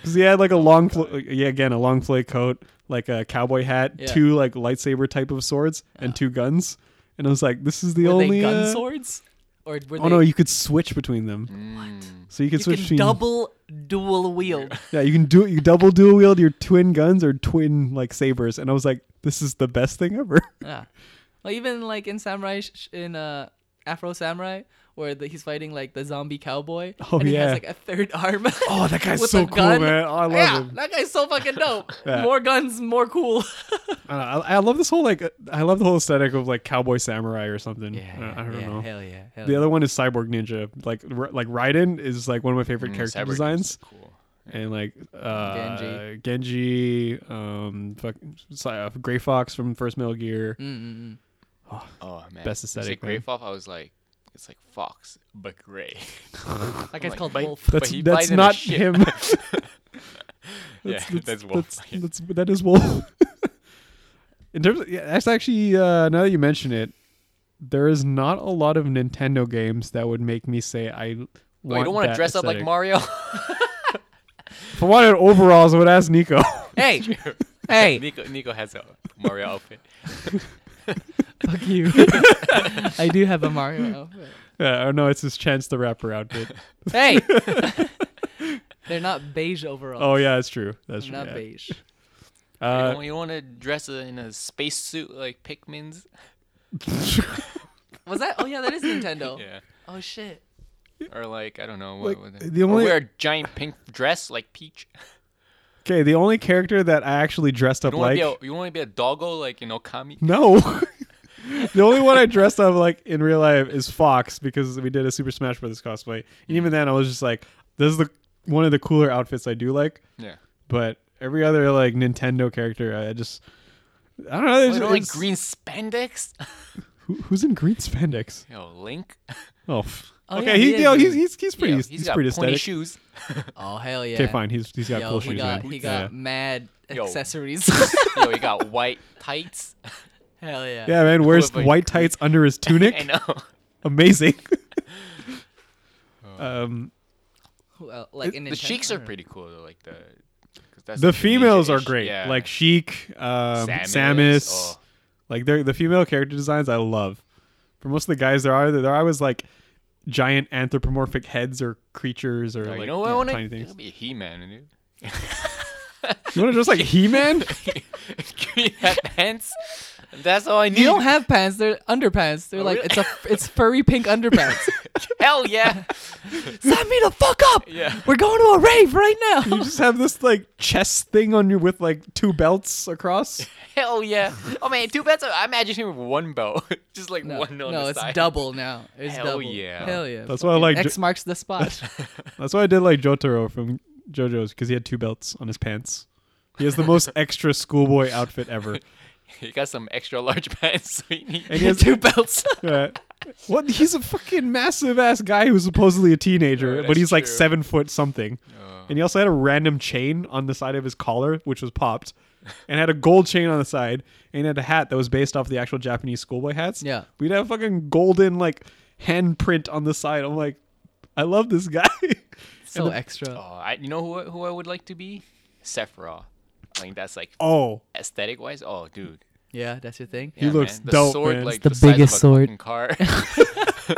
S1: Because he had like a long, fl- yeah, again a long play coat, like a cowboy hat,
S2: Yeah.
S1: two like lightsaber type of swords, and two guns. And I was like, this is the
S2: Were
S1: only.
S2: they gun
S1: uh,
S2: swords? Or were
S1: Oh
S2: they?
S1: no, you could switch between them. So you could
S2: you
S1: switch
S2: can
S1: between
S2: double dual wield.
S1: yeah, you can do it. You double dual wield your twin guns or twin like sabers, and I was like, this is the best thing ever.
S2: Yeah. Well, even like in Samurai, sh- sh- in uh, Afro Samurai, where the, he's fighting like the zombie cowboy,
S1: Oh,
S2: and he has
S1: yeah.
S2: like a third arm.
S1: Oh, that guy's
S2: with
S1: so
S2: a
S1: cool,
S2: gun.
S1: man! Oh, I love
S2: yeah,
S1: him.
S2: that guy's so fucking dope.
S1: Yeah.
S2: More guns, more cool.
S1: I, don't know, I, I love this whole like uh, I love the whole aesthetic of like cowboy samurai or something. I don't- Uh, I don't know.
S2: Hell yeah. Hell
S1: The other one is Cyborg Ninja. Like r- like Raiden is like one of my
S2: Mm,
S1: favorite character
S3: Cyber games
S1: designs,
S3: are Cool.
S1: and like uh, Genji, um, fuck, Cy- uh, Gray Fox from First Metal Gear.
S2: Mm-mm-mm.
S3: Oh man.
S1: Best
S3: You say
S1: aesthetic,
S3: Gray
S1: man.
S3: Fox, I was like, it's like fox, but gray.
S2: That guy's
S3: like,
S2: called
S3: but-
S2: Wolf.
S3: but
S1: That's
S3: he
S1: that's
S3: buys in a
S1: not
S3: ship.
S1: him.
S3: yeah, that's, wolf.
S1: That's, that's, that is wolf. In terms, of, yeah, that's actually uh, now that you mention it, there is not a lot of Nintendo games that would make me say I.
S3: Wait, you don't want to dress up like Mario?
S1: If I wanted overalls, I would ask Nico.
S2: Hey, hey,
S3: Nico, Nico has a Mario outfit.
S2: fuck you. I do have a Mario outfit.
S1: yeah, or no, it's his chance to wrap around it.
S2: Hey, they're not beige overall.
S1: Oh yeah, that's true. That's
S2: they're
S1: true.
S2: not
S1: yeah.
S2: beige.
S1: Uh,
S3: you want to dress in a space suit like Pikmin's?
S2: Was that? Oh yeah, that is Nintendo.
S3: Yeah.
S2: Oh shit.
S3: Or like I don't know.
S1: Like,
S3: What, what
S1: the
S3: or
S1: only-
S3: wear a giant pink dress like Peach.
S1: okay, the only character that I actually dressed up
S3: You want
S1: like
S3: to be a, you want to be a doggo like in Okami?
S1: No. the only one I dressed up like in real life is Fox because we did a Super Smash Brothers cosplay. And even then I was just like, this is the one of the cooler outfits I do like.
S3: Yeah.
S1: But every other like Nintendo character I just I don't know.
S3: Oh,
S1: there's-
S3: you don't like
S1: it's-
S3: green spandex?
S1: who- who's in green spandex?
S3: Yo, Link.
S1: Oh, f-
S2: Oh,
S1: okay.
S2: yeah,
S1: he,
S2: he is
S1: yo,
S2: in-
S1: he's, he's he's pretty
S3: Yo,
S1: he's,
S3: he's got
S1: pretty
S3: pointy
S1: aesthetic.
S3: shoes.
S2: Oh hell yeah.
S1: Okay, fine. He's he's got
S2: Yo,
S1: cool
S2: he
S1: shoes.
S2: got
S1: man.
S2: he got
S1: yeah.
S2: mad
S3: Yo.
S2: accessories.
S3: Yo, he got white tights.
S2: hell yeah.
S1: Yeah, man. Wears
S3: but-
S1: white tights under his tunic.
S3: I know.
S1: Amazing. um,
S2: Who el- like in
S3: The
S2: Nintendo-
S3: cheeks are
S2: I don't know.
S3: pretty cool though. Like the. 'cause that's
S1: the
S3: like
S1: females are
S3: ninja-ish.
S1: great.
S3: Yeah.
S1: Like Sheik, um, Samus.
S3: Oh.
S1: Like they're the female character designs I love. For most of the guys, there are there are always like giant anthropomorphic heads or creatures or
S3: Yo,
S1: like
S3: you know what
S1: yeah,
S3: I want
S1: tiny
S3: to
S1: things.
S3: be? A He-Man, dude.
S1: You want to dress like He Man?
S3: Give me that pants. That's all I need.
S2: You don't have pants. They're underpants. They're
S3: Oh,
S2: like
S3: really?
S2: it's a it's furry pink underpants.
S3: Hell yeah.
S2: Sign me the fuck up.
S3: Yeah.
S2: We're going to a rave right
S1: you
S2: now.
S1: just have this like chest thing on you with like two belts across.
S3: Hell yeah. Oh man, two belts. I imagine him with one belt, just like
S2: No,
S3: one on
S2: no
S3: the
S2: it's
S3: side.
S2: double now. It's
S3: Hell
S2: double.
S3: yeah.
S2: Hell yeah.
S1: That's why I like
S2: X
S1: jo-
S2: marks the spot.
S1: that's why I did like Jotaro from JoJo's because he had two belts on his pants. He has the most extra schoolboy outfit ever.
S3: He got some extra large pants, so he need-
S1: And he has
S2: Two belts.
S1: Yeah. What? He's a fucking massive ass guy who's supposedly a teenager,
S3: Yeah,
S1: but he's
S3: that's
S1: like
S3: true.
S1: seven foot something. And he also had a random chain on the side of his collar, which was popped, and had a gold chain on the side, and had a hat that was based off the actual Japanese schoolboy hats.
S2: Yeah.
S1: We'd have fucking golden like handprint on the side. I'm like, I love this guy.
S2: so extra.
S3: Oh, I, you know who I- who I would like to be? Sephiroth. I think that's like
S1: Oh,
S3: aesthetic wise. Oh, dude.
S2: Yeah, that's your thing.
S1: He
S3: Yeah,
S1: looks
S3: man. the
S1: dope,
S3: Sword,
S1: man.
S3: Like,
S2: The
S3: the, size
S2: biggest
S3: of a
S2: sword.
S3: fucking Car.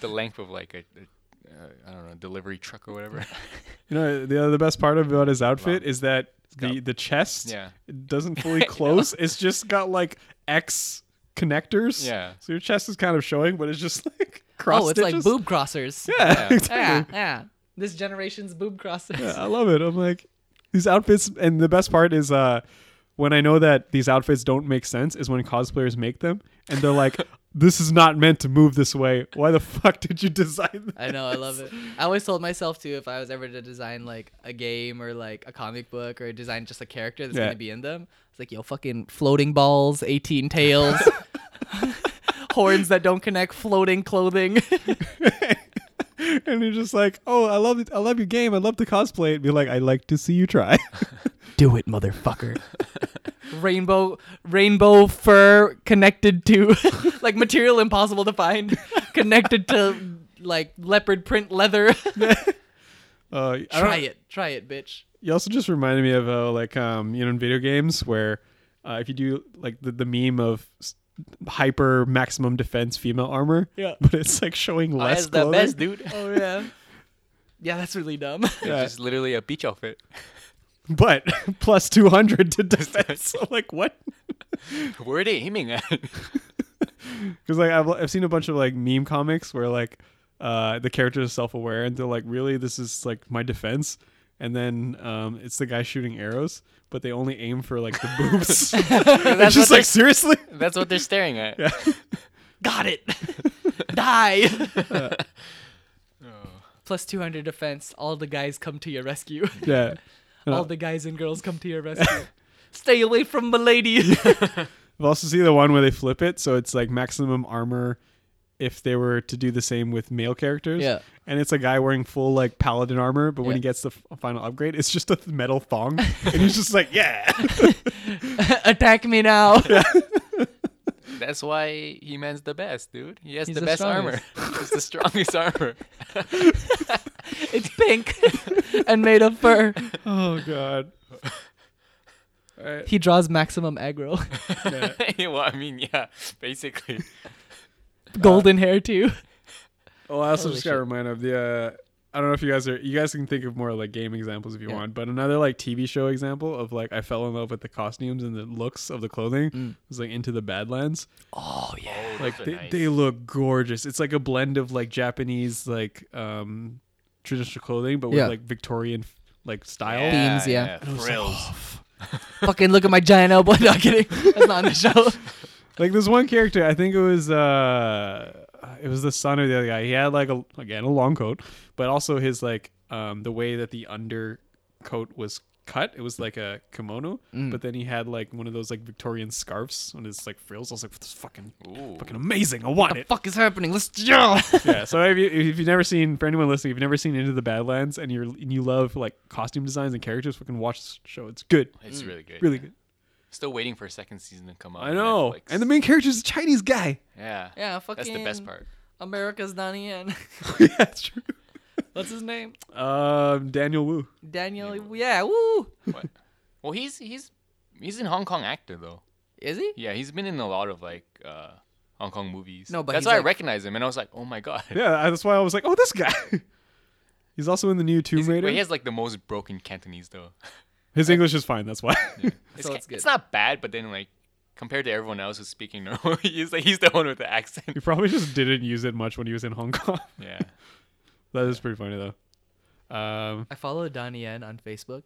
S3: the length of like a, a uh, I don't know delivery truck or whatever.
S1: you know the the best part about his outfit is that the the chest
S3: Yeah.
S1: doesn't fully close. It's just got like X connectors.
S3: Yeah.
S1: So your chest is kind of showing, but it's just like cross
S2: Oh, it's like
S1: stitches.
S2: boob crossers.
S1: Yeah,
S2: yeah,
S1: exactly.
S2: yeah. This generation's boob crossers.
S1: Yeah, I love it. I'm like these outfits, and the best part is uh when I know that these outfits don't make sense is when cosplayers make them, and they're like, "This is not meant to move this way. Why the fuck did you design?" That?
S2: I know, I love it. I always told myself too, if I was ever to design like a game or like a comic book or design just a character that's
S1: Yeah.
S2: gonna be in them, it's like yo, fucking floating balls, eighteen tails, horns that don't connect, floating clothing.
S1: and you're just like, "Oh, I love it. I love your game. I love to cosplay it." And be like, "I'd like to see you try."
S2: Do it, motherfucker. rainbow, rainbow fur connected to like material impossible to find, connected to like leopard print leather.
S1: Uh, I don't-
S2: try it, try it, bitch.
S1: You also just reminded me of uh, like um you know in video games where uh, if you do like the, the meme of s- hyper maximum defense female armor,
S2: Yeah.
S1: but it's like showing
S3: Oh,
S1: less.
S3: that's the
S1: clothing.
S3: best, dude.
S2: Oh yeah, yeah, that's really dumb.
S1: Yeah.
S3: It's just literally a beach outfit.
S1: but plus 200 to defense. So, like, what?
S3: Where are they aiming at?
S1: Because, like, I've, I've seen a bunch of, like, meme comics where, like, uh, the character is self aware and they're like, really, this is, like, my defense. And then um, it's the guy shooting arrows, but they only aim for, like, the boobs. it's
S3: That's
S1: just
S3: what
S1: like, seriously?
S3: That's what they're staring at.
S2: Got it. Die. Plus 200 defense. All the guys come to your rescue.
S1: Yeah.
S2: All the guys and girls come to your rescue. Stay away from Milady.
S1: I've also seen the one where they flip it. So it's, like, maximum armor if they were to do the same with male characters.
S2: Yeah.
S1: And it's a guy wearing full, like, paladin armor, but when
S2: Yeah.
S1: he gets the f- final upgrade, it's just a metal thong. and he's just like, yeah.
S2: Attack me now.
S3: That's why he man's the best, dude. He has
S2: He's
S3: the,
S2: the
S3: best armor. It's the strongest armor.
S2: It's pink and made of fur.
S1: Oh god. All right.
S2: He draws maximum aggro.
S3: well, I mean, yeah, basically.
S2: Golden hair, too.
S1: Well, Oh, I also
S2: Holy
S1: just got
S2: shit.
S1: reminded of the. Uh, I don't know if you guys are. You guys can think of more like game examples if you
S2: Yeah.
S1: want, but another like TV show example of like I fell in love with the costumes and the looks of the clothing
S2: Mm.
S1: was like Into the Badlands.
S2: Oh, yeah.
S1: Like they, they look gorgeous. It's like a blend of like Japanese like um traditional clothing, but with
S2: Yeah.
S1: like Victorian like style.
S2: Themes, yeah.
S3: Frills.
S1: Oh,
S2: Fucking look at my giant elbow. No, I'm kidding. That's not in the show.
S1: like this one character i think it was uh it was the son of the other guy he had like a again a long coat but also his like um the way that the undercoat was cut it was like a kimono but then he had like one of those like victorian scarves on his like frills i was like this is fucking
S3: Ooh.
S1: fucking amazing i want it
S2: Fuck is happening? Let's. Yeah.
S1: yeah so if, you, if you've never seen for anyone listening if you've never seen into the badlands and you're and you love like costume designs and characters fucking watch this show it's good
S3: It's really good.
S1: really good
S3: Still waiting for a second season to come out.
S1: i
S3: on
S1: know
S3: Netflix.
S1: and the main character is a chinese guy
S3: yeah,
S2: Yeah,
S3: that's the best
S2: fucking-
S3: part.
S2: America's Donnie Yen.
S1: yeah it's true
S2: What's his name?
S1: um daniel wu
S2: Daniel. Yeah, woo.
S3: What? well, he's he's he's an Hong Kong actor though.
S2: Is he?
S3: Yeah, he's been in a lot of like uh, Hong Kong movies.
S2: No, but
S3: that's
S2: he's
S3: why I
S2: like-
S3: recognize him, and I was like, oh my god.
S1: Yeah, I- that's why I was like, oh, this guy. He's also in the new Tomb
S3: He's-
S1: Raider.
S3: but he has like the most broken Cantonese though.
S1: His English is fine. That's why.
S3: It's,
S2: So
S3: ca-
S2: it's good.
S3: it's not bad, but then like compared to everyone else who's speaking normal, he's like he's the one with the accent.
S1: he probably just didn't use it much when he was in Hong Kong.
S3: Yeah.
S1: that is pretty funny though. Um,
S2: I follow Donnie Yen on Facebook,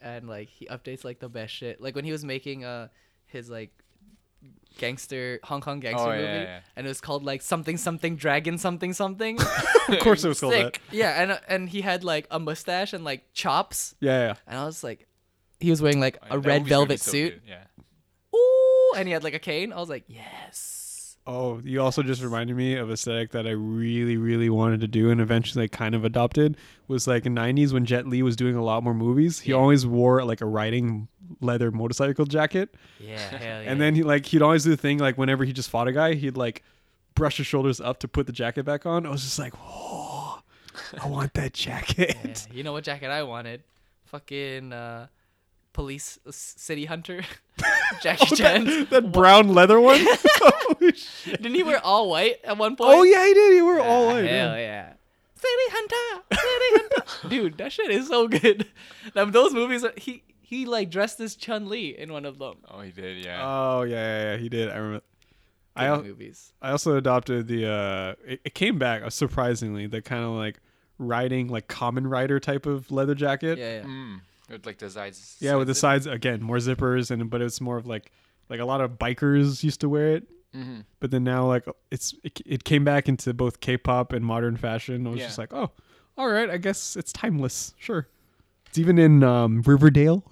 S2: and like he updates like the best shit. Like when he was making uh his like gangster Hong Kong gangster
S3: Oh, yeah,
S2: movie,
S3: yeah.
S2: and it was called like something something dragon something something.
S1: of course, it was called that.
S3: Sick.
S2: yeah, and uh, and he had like a mustache and like chops,
S1: Yeah, yeah.
S2: and I was like, he was wearing
S1: Oh,
S2: like
S3: Like,
S2: a
S3: that movie's
S2: red
S3: gonna be
S2: velvet
S3: so
S2: suit.
S3: good, Yeah.
S2: Ooh, and he had like a cane. I was like, yes.
S1: Oh, you also just reminded me of aesthetic that I really, really wanted to do and eventually kind of adopted was like in '90s when Jet Li was doing a lot more movies. He
S2: Yeah.
S1: always wore like a riding leather motorcycle jacket.
S2: Yeah, hell yeah.
S1: And then he like he'd always do the thing like whenever he just fought a guy, he'd like brush his shoulders up to put the jacket back on. I was just like, whoa. I want that jacket.
S2: Yeah, you know what jacket I wanted? Fucking uh, police uh, s- city hunter, Jackie Chan.
S1: Oh, That, brown leather one. Holy shit.
S2: Didn't he wear all white at one point?
S1: Oh yeah, he did. He wore all
S2: Ah,
S1: white. yeah.
S2: Hell yeah. City hunter, city hunter. Dude, that shit is so good. Now, those movies, are- he he like dressed as Chun Li in one of them.
S3: Oh, he did, yeah.
S1: Oh yeah, yeah, yeah, he did. I remember. I
S2: Good
S1: al-
S2: movies.
S1: I also adopted the uh it, it came back uh, surprisingly the kind of like riding like common rider type of leather jacket.
S2: Yeah, yeah.
S3: mm. With like the sides.
S1: Yeah, with the sides again more zippers and but it's more of like like a lot of bikers used to wear it.
S3: Mhm.
S1: But then now like it's it, it came back into both K-pop and modern fashion. I was
S3: Yeah.
S1: just like, "Oh, all right, I guess it's timeless." Sure. It's even in um Riverdale.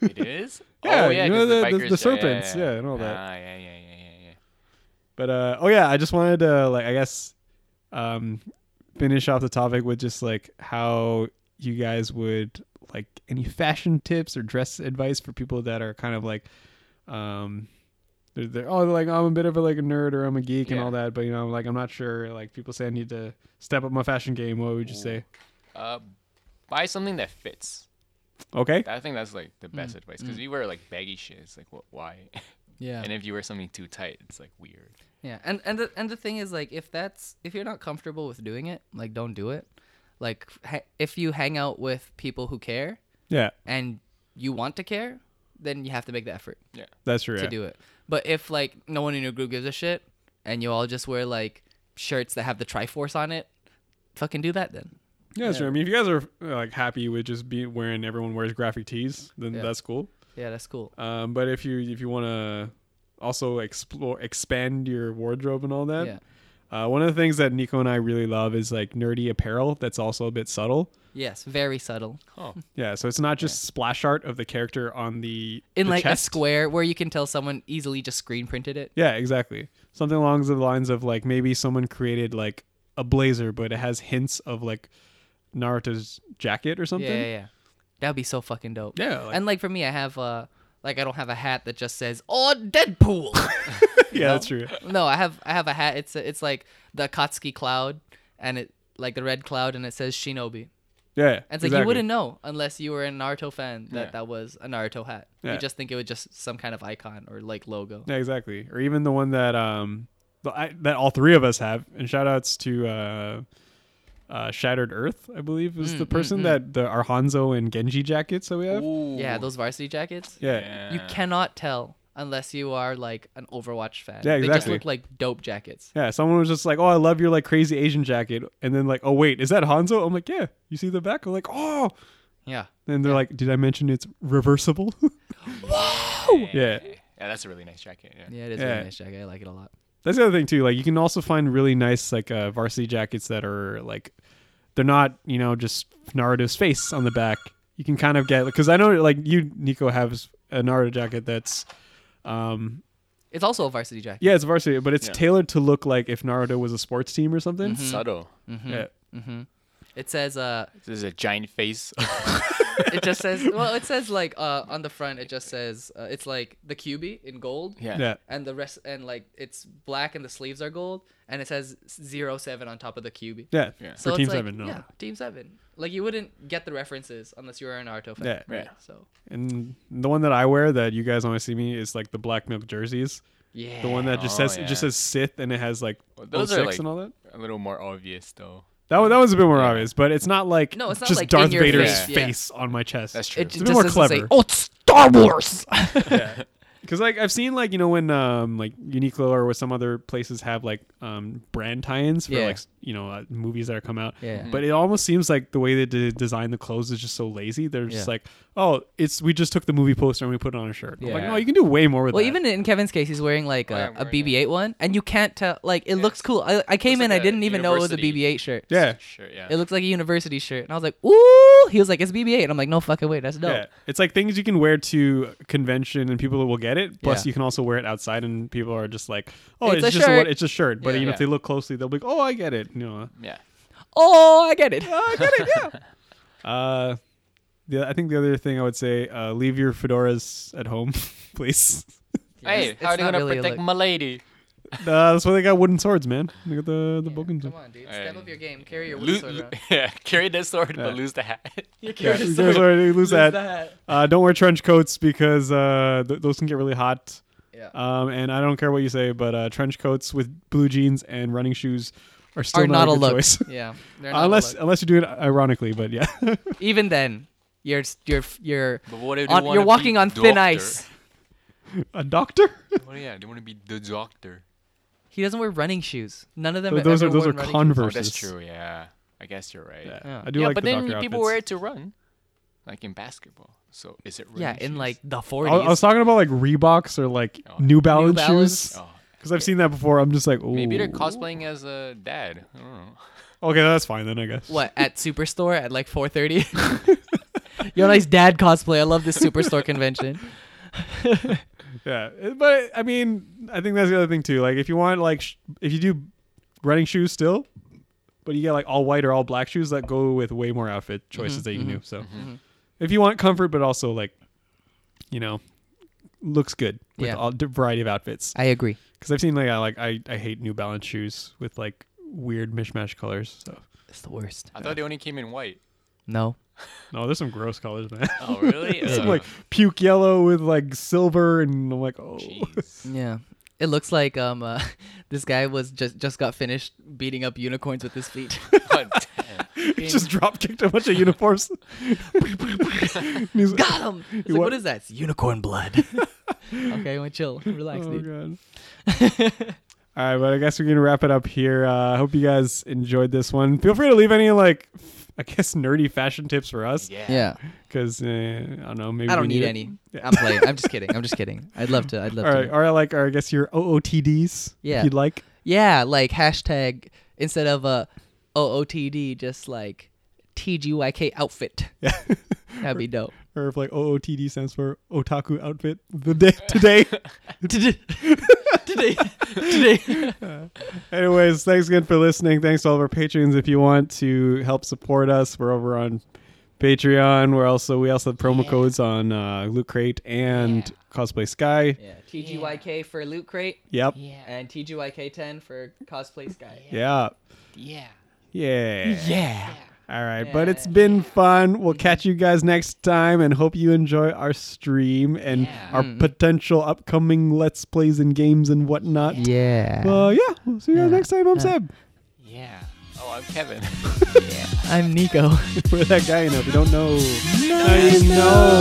S3: It is.
S1: Yeah,
S3: oh, yeah,
S1: you know
S3: 'cause
S1: the- the-
S3: bikers-
S1: the serpents, yeah, and all that.
S3: Ah, yeah, yeah, yeah, yeah, yeah.
S1: But uh, oh yeah, I just wanted to like I guess um, finish off the topic with just like how you guys would like any fashion tips or dress advice for people that are kind of like um they're, they're oh like I'm a bit of a like a nerd or I'm a geek and
S3: Yeah.
S1: all that, but you know like I'm not sure like people say I need to step up my fashion game. What would you say?
S3: Uh, buy something that fits.
S1: Okay,
S3: I think that's like the
S2: Mm,
S3: best advice because you wear like baggy shit. It's like, what? Why?
S2: Yeah.
S3: and if you wear something too tight, it's like weird.
S2: Yeah, and and the and the thing is like if that's if you're not comfortable with doing it, like don't do it. Like ha- if you hang out with people who care
S1: yeah,
S2: and you want to care, then you have to make the effort
S1: that's true.
S2: to do it. But if like no one in your group gives a shit and you all just wear like shirts that have the Triforce on it, fucking do that then.
S1: Yeah, that's true. I mean, if you guys are uh, like happy with just being wearing everyone wears graphic tees, then
S2: Yeah.
S1: that's cool.
S2: Yeah, that's cool.
S1: Um, but if you if you want to also explore expand your wardrobe and all that,
S2: Yeah.
S1: uh, one of the things that Nico and I really love is like nerdy apparel that's also a bit subtle.
S2: Yes, very subtle.
S3: Oh,
S1: Yeah, so it's not just splash art of the character on the
S2: In
S1: the
S2: like a
S1: chest.
S2: square where you can tell someone easily just screen printed it.
S1: Yeah, exactly. Something along the lines of like maybe someone created like a blazer, but it has hints of like Naruto's jacket or something.
S2: Yeah, yeah, yeah. That'd be so fucking dope.
S1: Yeah, like-
S2: and like for me, I have uh like I don't have a hat that just says "Oh Deadpool."
S1: Yeah, that's true.
S2: no, I have I have a hat. It's it's like the Akatsuki cloud, and it like the red cloud, and it says Shinobi.
S1: Yeah,
S2: And it's like you wouldn't know unless you were a Naruto fan that that was a Naruto hat.
S1: Yeah.
S2: You just think it was just some kind of icon or like logo.
S1: Yeah, exactly. Or even the one that um the, I, that all three of us have. And shout outs to uh, uh, Shattered Earth, I believe, is the person that the our Hanzo and Genji jackets that we have.
S2: Yeah, those varsity jackets.
S1: Yeah.
S2: You
S3: Yeah.
S2: cannot tell unless you are like an Overwatch fan.
S1: Yeah,
S2: They just
S1: exactly.
S2: look like dope jackets.
S1: Yeah, someone was just like, "Oh, I love your like crazy Asian jacket," and then like, "Oh wait, is that Hanzo?" I'm like, "Yeah." You see the back? I'm like, "Oh!"
S2: Yeah.
S1: And they're like, "Did I mention it's reversible?" Yeah.
S3: Yeah, that's a really nice jacket. Yeah.
S2: Yeah, it is a
S1: Yeah.
S2: really nice jacket. I like it a lot.
S1: That's the other thing too. Like you can also find really nice like uh, varsity jackets that are like they're not you know just Naruto's face on the back. You can kind of get because I know like you Nico have a Naruto jacket that's um
S2: It's also a varsity jacket.
S1: yeah it's varsity but it's
S3: Yeah. Mm-hmm,
S1: tailored to look like if Naruto was a sports team or something.
S3: Subtle.
S2: Mm.
S1: Yeah.
S2: It says uh
S3: This is a giant face.
S2: it just says well it says like uh on the front it just says uh, it's like the QB in gold.
S3: yeah.
S1: yeah,
S2: And the rest and like it's black and the sleeves are gold and it says zero seven on top of the QB.
S1: yeah,
S3: Yeah.
S1: for Team
S2: it's like,
S1: Seven, no,
S2: Yeah, Team Seven. Like you wouldn't get the references unless you were an Naruto fan.
S1: Yeah.
S3: Yeah.
S2: So
S1: and the one that I wear that you guys only see me is like the black milk jerseys,
S2: yeah.
S1: the one that just
S3: Oh,
S1: says it just
S3: yeah.
S1: says Sith and it has like
S3: Well, those
S1: those
S3: are,
S1: 06
S3: like-
S1: and all that.
S3: A little more obvious though.
S1: That was, that was a bit more obvious, but it's not like
S2: No, it's not
S1: just
S2: like
S1: Darth
S2: in your
S1: Vader's
S3: face,
S1: face,
S2: yeah.
S1: on my chest.
S3: That's true.
S2: it
S1: a
S2: just
S1: bit more
S2: doesn't say
S1: clever.
S2: oh it's Star Wars.
S1: Because like I've seen like you know when um like Uniqlo or what some other places have like um brand tie-ins for
S2: Yeah.
S1: like s- you know uh, movies that are come out.
S2: Yeah. Mhm.
S1: But it almost seems like the way that they design the clothes is just so lazy. They're just
S2: Yeah.
S1: like, oh, it's we just took the movie poster and we put it on a shirt. I'm like,
S2: Yeah.
S1: no, you can do way more with
S2: Well,
S1: that.
S2: even in Kevin's case, he's wearing like
S3: Oh, yeah,
S2: a,
S3: I'm
S2: a
S3: wearing it.
S2: BB-8 one, and you can't tell. Like, it looks cool. I, I came
S3: Looks
S2: in,
S3: like
S2: I
S3: a
S2: didn't even know it was a
S3: university-
S2: BB-8 shirt.
S1: yeah.
S3: Sure. Yeah.
S2: It looks like a university shirt, and I was like, "Ooh!" He was like, "It's BB-8," and I'm like, "No fucking way, that's dope."
S1: Yeah, it's like things you can wear to convention and people will get it. Plus,
S2: Yeah.
S1: you can also wear it outside and people are just like, "Oh,
S2: It's
S1: it's,
S2: a
S1: just
S2: shirt.
S1: what it's a shirt." But
S2: Yeah.
S1: you know, if
S3: Yeah.
S1: they look closely, they'll be like, "Oh, I get it." You know,
S3: yeah.
S2: Oh, I get it.
S1: I get it. Yeah. uh, the I think the other thing I would say, uh, leave your fedoras at home, please.
S3: Hey,
S2: It's-
S3: how are
S2: it's
S3: you
S2: not
S3: gonna
S2: really a
S3: protect
S2: look.
S3: my lady?
S1: Uh, that's why they got wooden swords, man. They got the the broken.
S2: Come on, dude. Step up your game. Carry your
S3: Lo-
S2: wooden sword
S3: lo-
S2: around.
S3: yeah, carry that sword but lose the hat.
S2: You
S1: Yeah,
S2: carry your
S1: lose
S2: sword.
S1: that, lose
S2: Lose
S1: that.
S2: the hat.
S1: Uh, don't wear trench coats because uh, th- those can get really hot.
S2: Yeah.
S1: Um, and I don't care what you say, but uh, trench coats with blue jeans and running shoes are still
S2: Are
S1: not,
S2: not a
S1: a good
S2: look.
S1: choice.
S2: Yeah. They're not a
S1: unless
S2: look.
S1: unless you do it ironically, but yeah.
S2: even then, you're s- you're f- you're
S3: But what if you
S2: on,
S3: wanna
S2: you're walking
S3: be
S2: on thin
S3: doctor?
S2: ice.
S1: a doctor?
S3: Well, yeah, they want to be the doctor.
S2: He doesn't wear running shoes. None of them. have
S1: those are
S2: ever
S1: those are
S2: worn running shoes.
S1: Converse.
S3: Oh, that's true. Yeah, I guess you're right. Yeah,
S1: Yeah.
S2: Yeah.
S1: I do like
S3: but
S1: the
S3: then
S1: doctor
S3: people
S1: outfits.
S3: wear it to run, like in basketball. So is it really
S2: Yeah, in
S3: shoes?
S2: like the
S1: I,
S2: 40s.
S1: I was talking about like Reeboks or like
S3: Oh.
S1: New Balance,
S2: Balance.
S1: shoes
S3: Oh,
S1: because I've seen that before. I'm just like, Ooh.
S3: maybe they're cosplaying as a dad. I don't know.
S1: Okay, that's fine then, I guess.
S2: what at Superstore at like 4:30. You're a nice dad cosplay. I love this Superstore convention.
S1: Yeah, it- but I mean, I think that's the other thing too. Like, if you want, like, sh- if you do running shoes still, but you get like all white or all black shoes that go with way more outfit choices that you can do. So, if you want comfort, but also like, you know, looks good with
S2: Yeah.
S1: all di variety of outfits.
S2: I agree.
S1: Because I've seen like I like I, I hate New Balance shoes with like weird mishmash colors. So
S2: It's the worst.
S3: I thought they only came in white.
S2: No.
S1: no, there's some gross colors, man.
S3: Oh, really?
S1: Some like puke yellow with like silver, and I'm like, oh,
S3: jeez.
S2: Yeah. It looks like um uh, this guy was just just got finished beating up unicorns with his feet.
S3: God damn.
S1: he just drop kicked a bunch of uniforms. And he's-
S2: Got him. It's like,
S1: wa-
S2: what is that? It's unicorn blood. okay, well, chill, relax,
S1: Oh, God.
S2: dude.
S1: All right, but I guess we can wrap it up here. Uh, I hope you guys enjoyed this one. Feel free to leave any like, f- I guess, nerdy fashion tips for us
S3: Yeah.
S2: Yeah,
S1: because uh, I don't know. Maybe
S2: I don't
S1: we
S2: need
S1: it.
S2: any.
S1: Yeah.
S2: I'm playing. I'm just kidding. I'm just kidding. I'd love to. I'd love
S1: All
S2: to.
S1: right, or like, or I guess your OOTDs.
S2: Yeah.
S1: if you'd like.
S2: Yeah, like hashtag instead of uh, OOTD, just like TGYK outfit.
S1: Yeah.
S2: That'd be dope.
S1: or if like OOTD stands for Otaku Outfit the day today.
S2: today, today, today.
S1: Anyways, thanks again for listening. Thanks to all of our patrons. If you want to help support us, we're over on Patreon. We're also we also have promo codes on uh, Loot Crate and Cosplay Sky.
S2: Yeah, TGYK for Loot Crate
S1: Yep. Yeah.
S3: Yeah.
S2: and TGYK10 for Cosplay Sky.
S1: Yeah.
S3: Yeah.
S1: Yeah.
S2: Yeah.
S1: All right, but it's been fun. We'll catch you guys next time and hope you enjoy our stream and
S3: Yeah.
S1: our potential upcoming Let's Plays and games and whatnot.
S2: Yeah.
S1: Well, yeah, we'll see you guys next time. I'm Seb.
S3: Yeah. Oh, I'm Kevin.
S2: I'm Nico.
S1: We're that guy, you know, if you don't know. I know.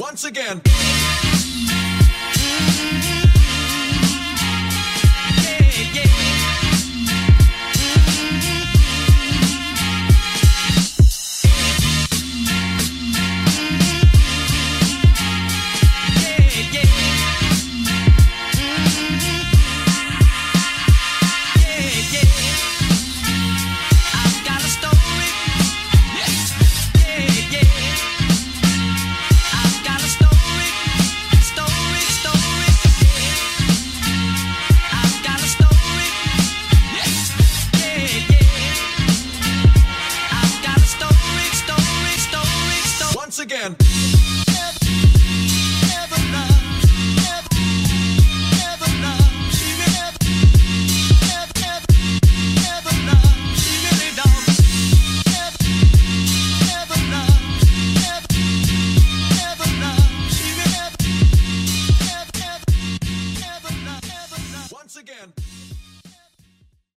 S4: Once again.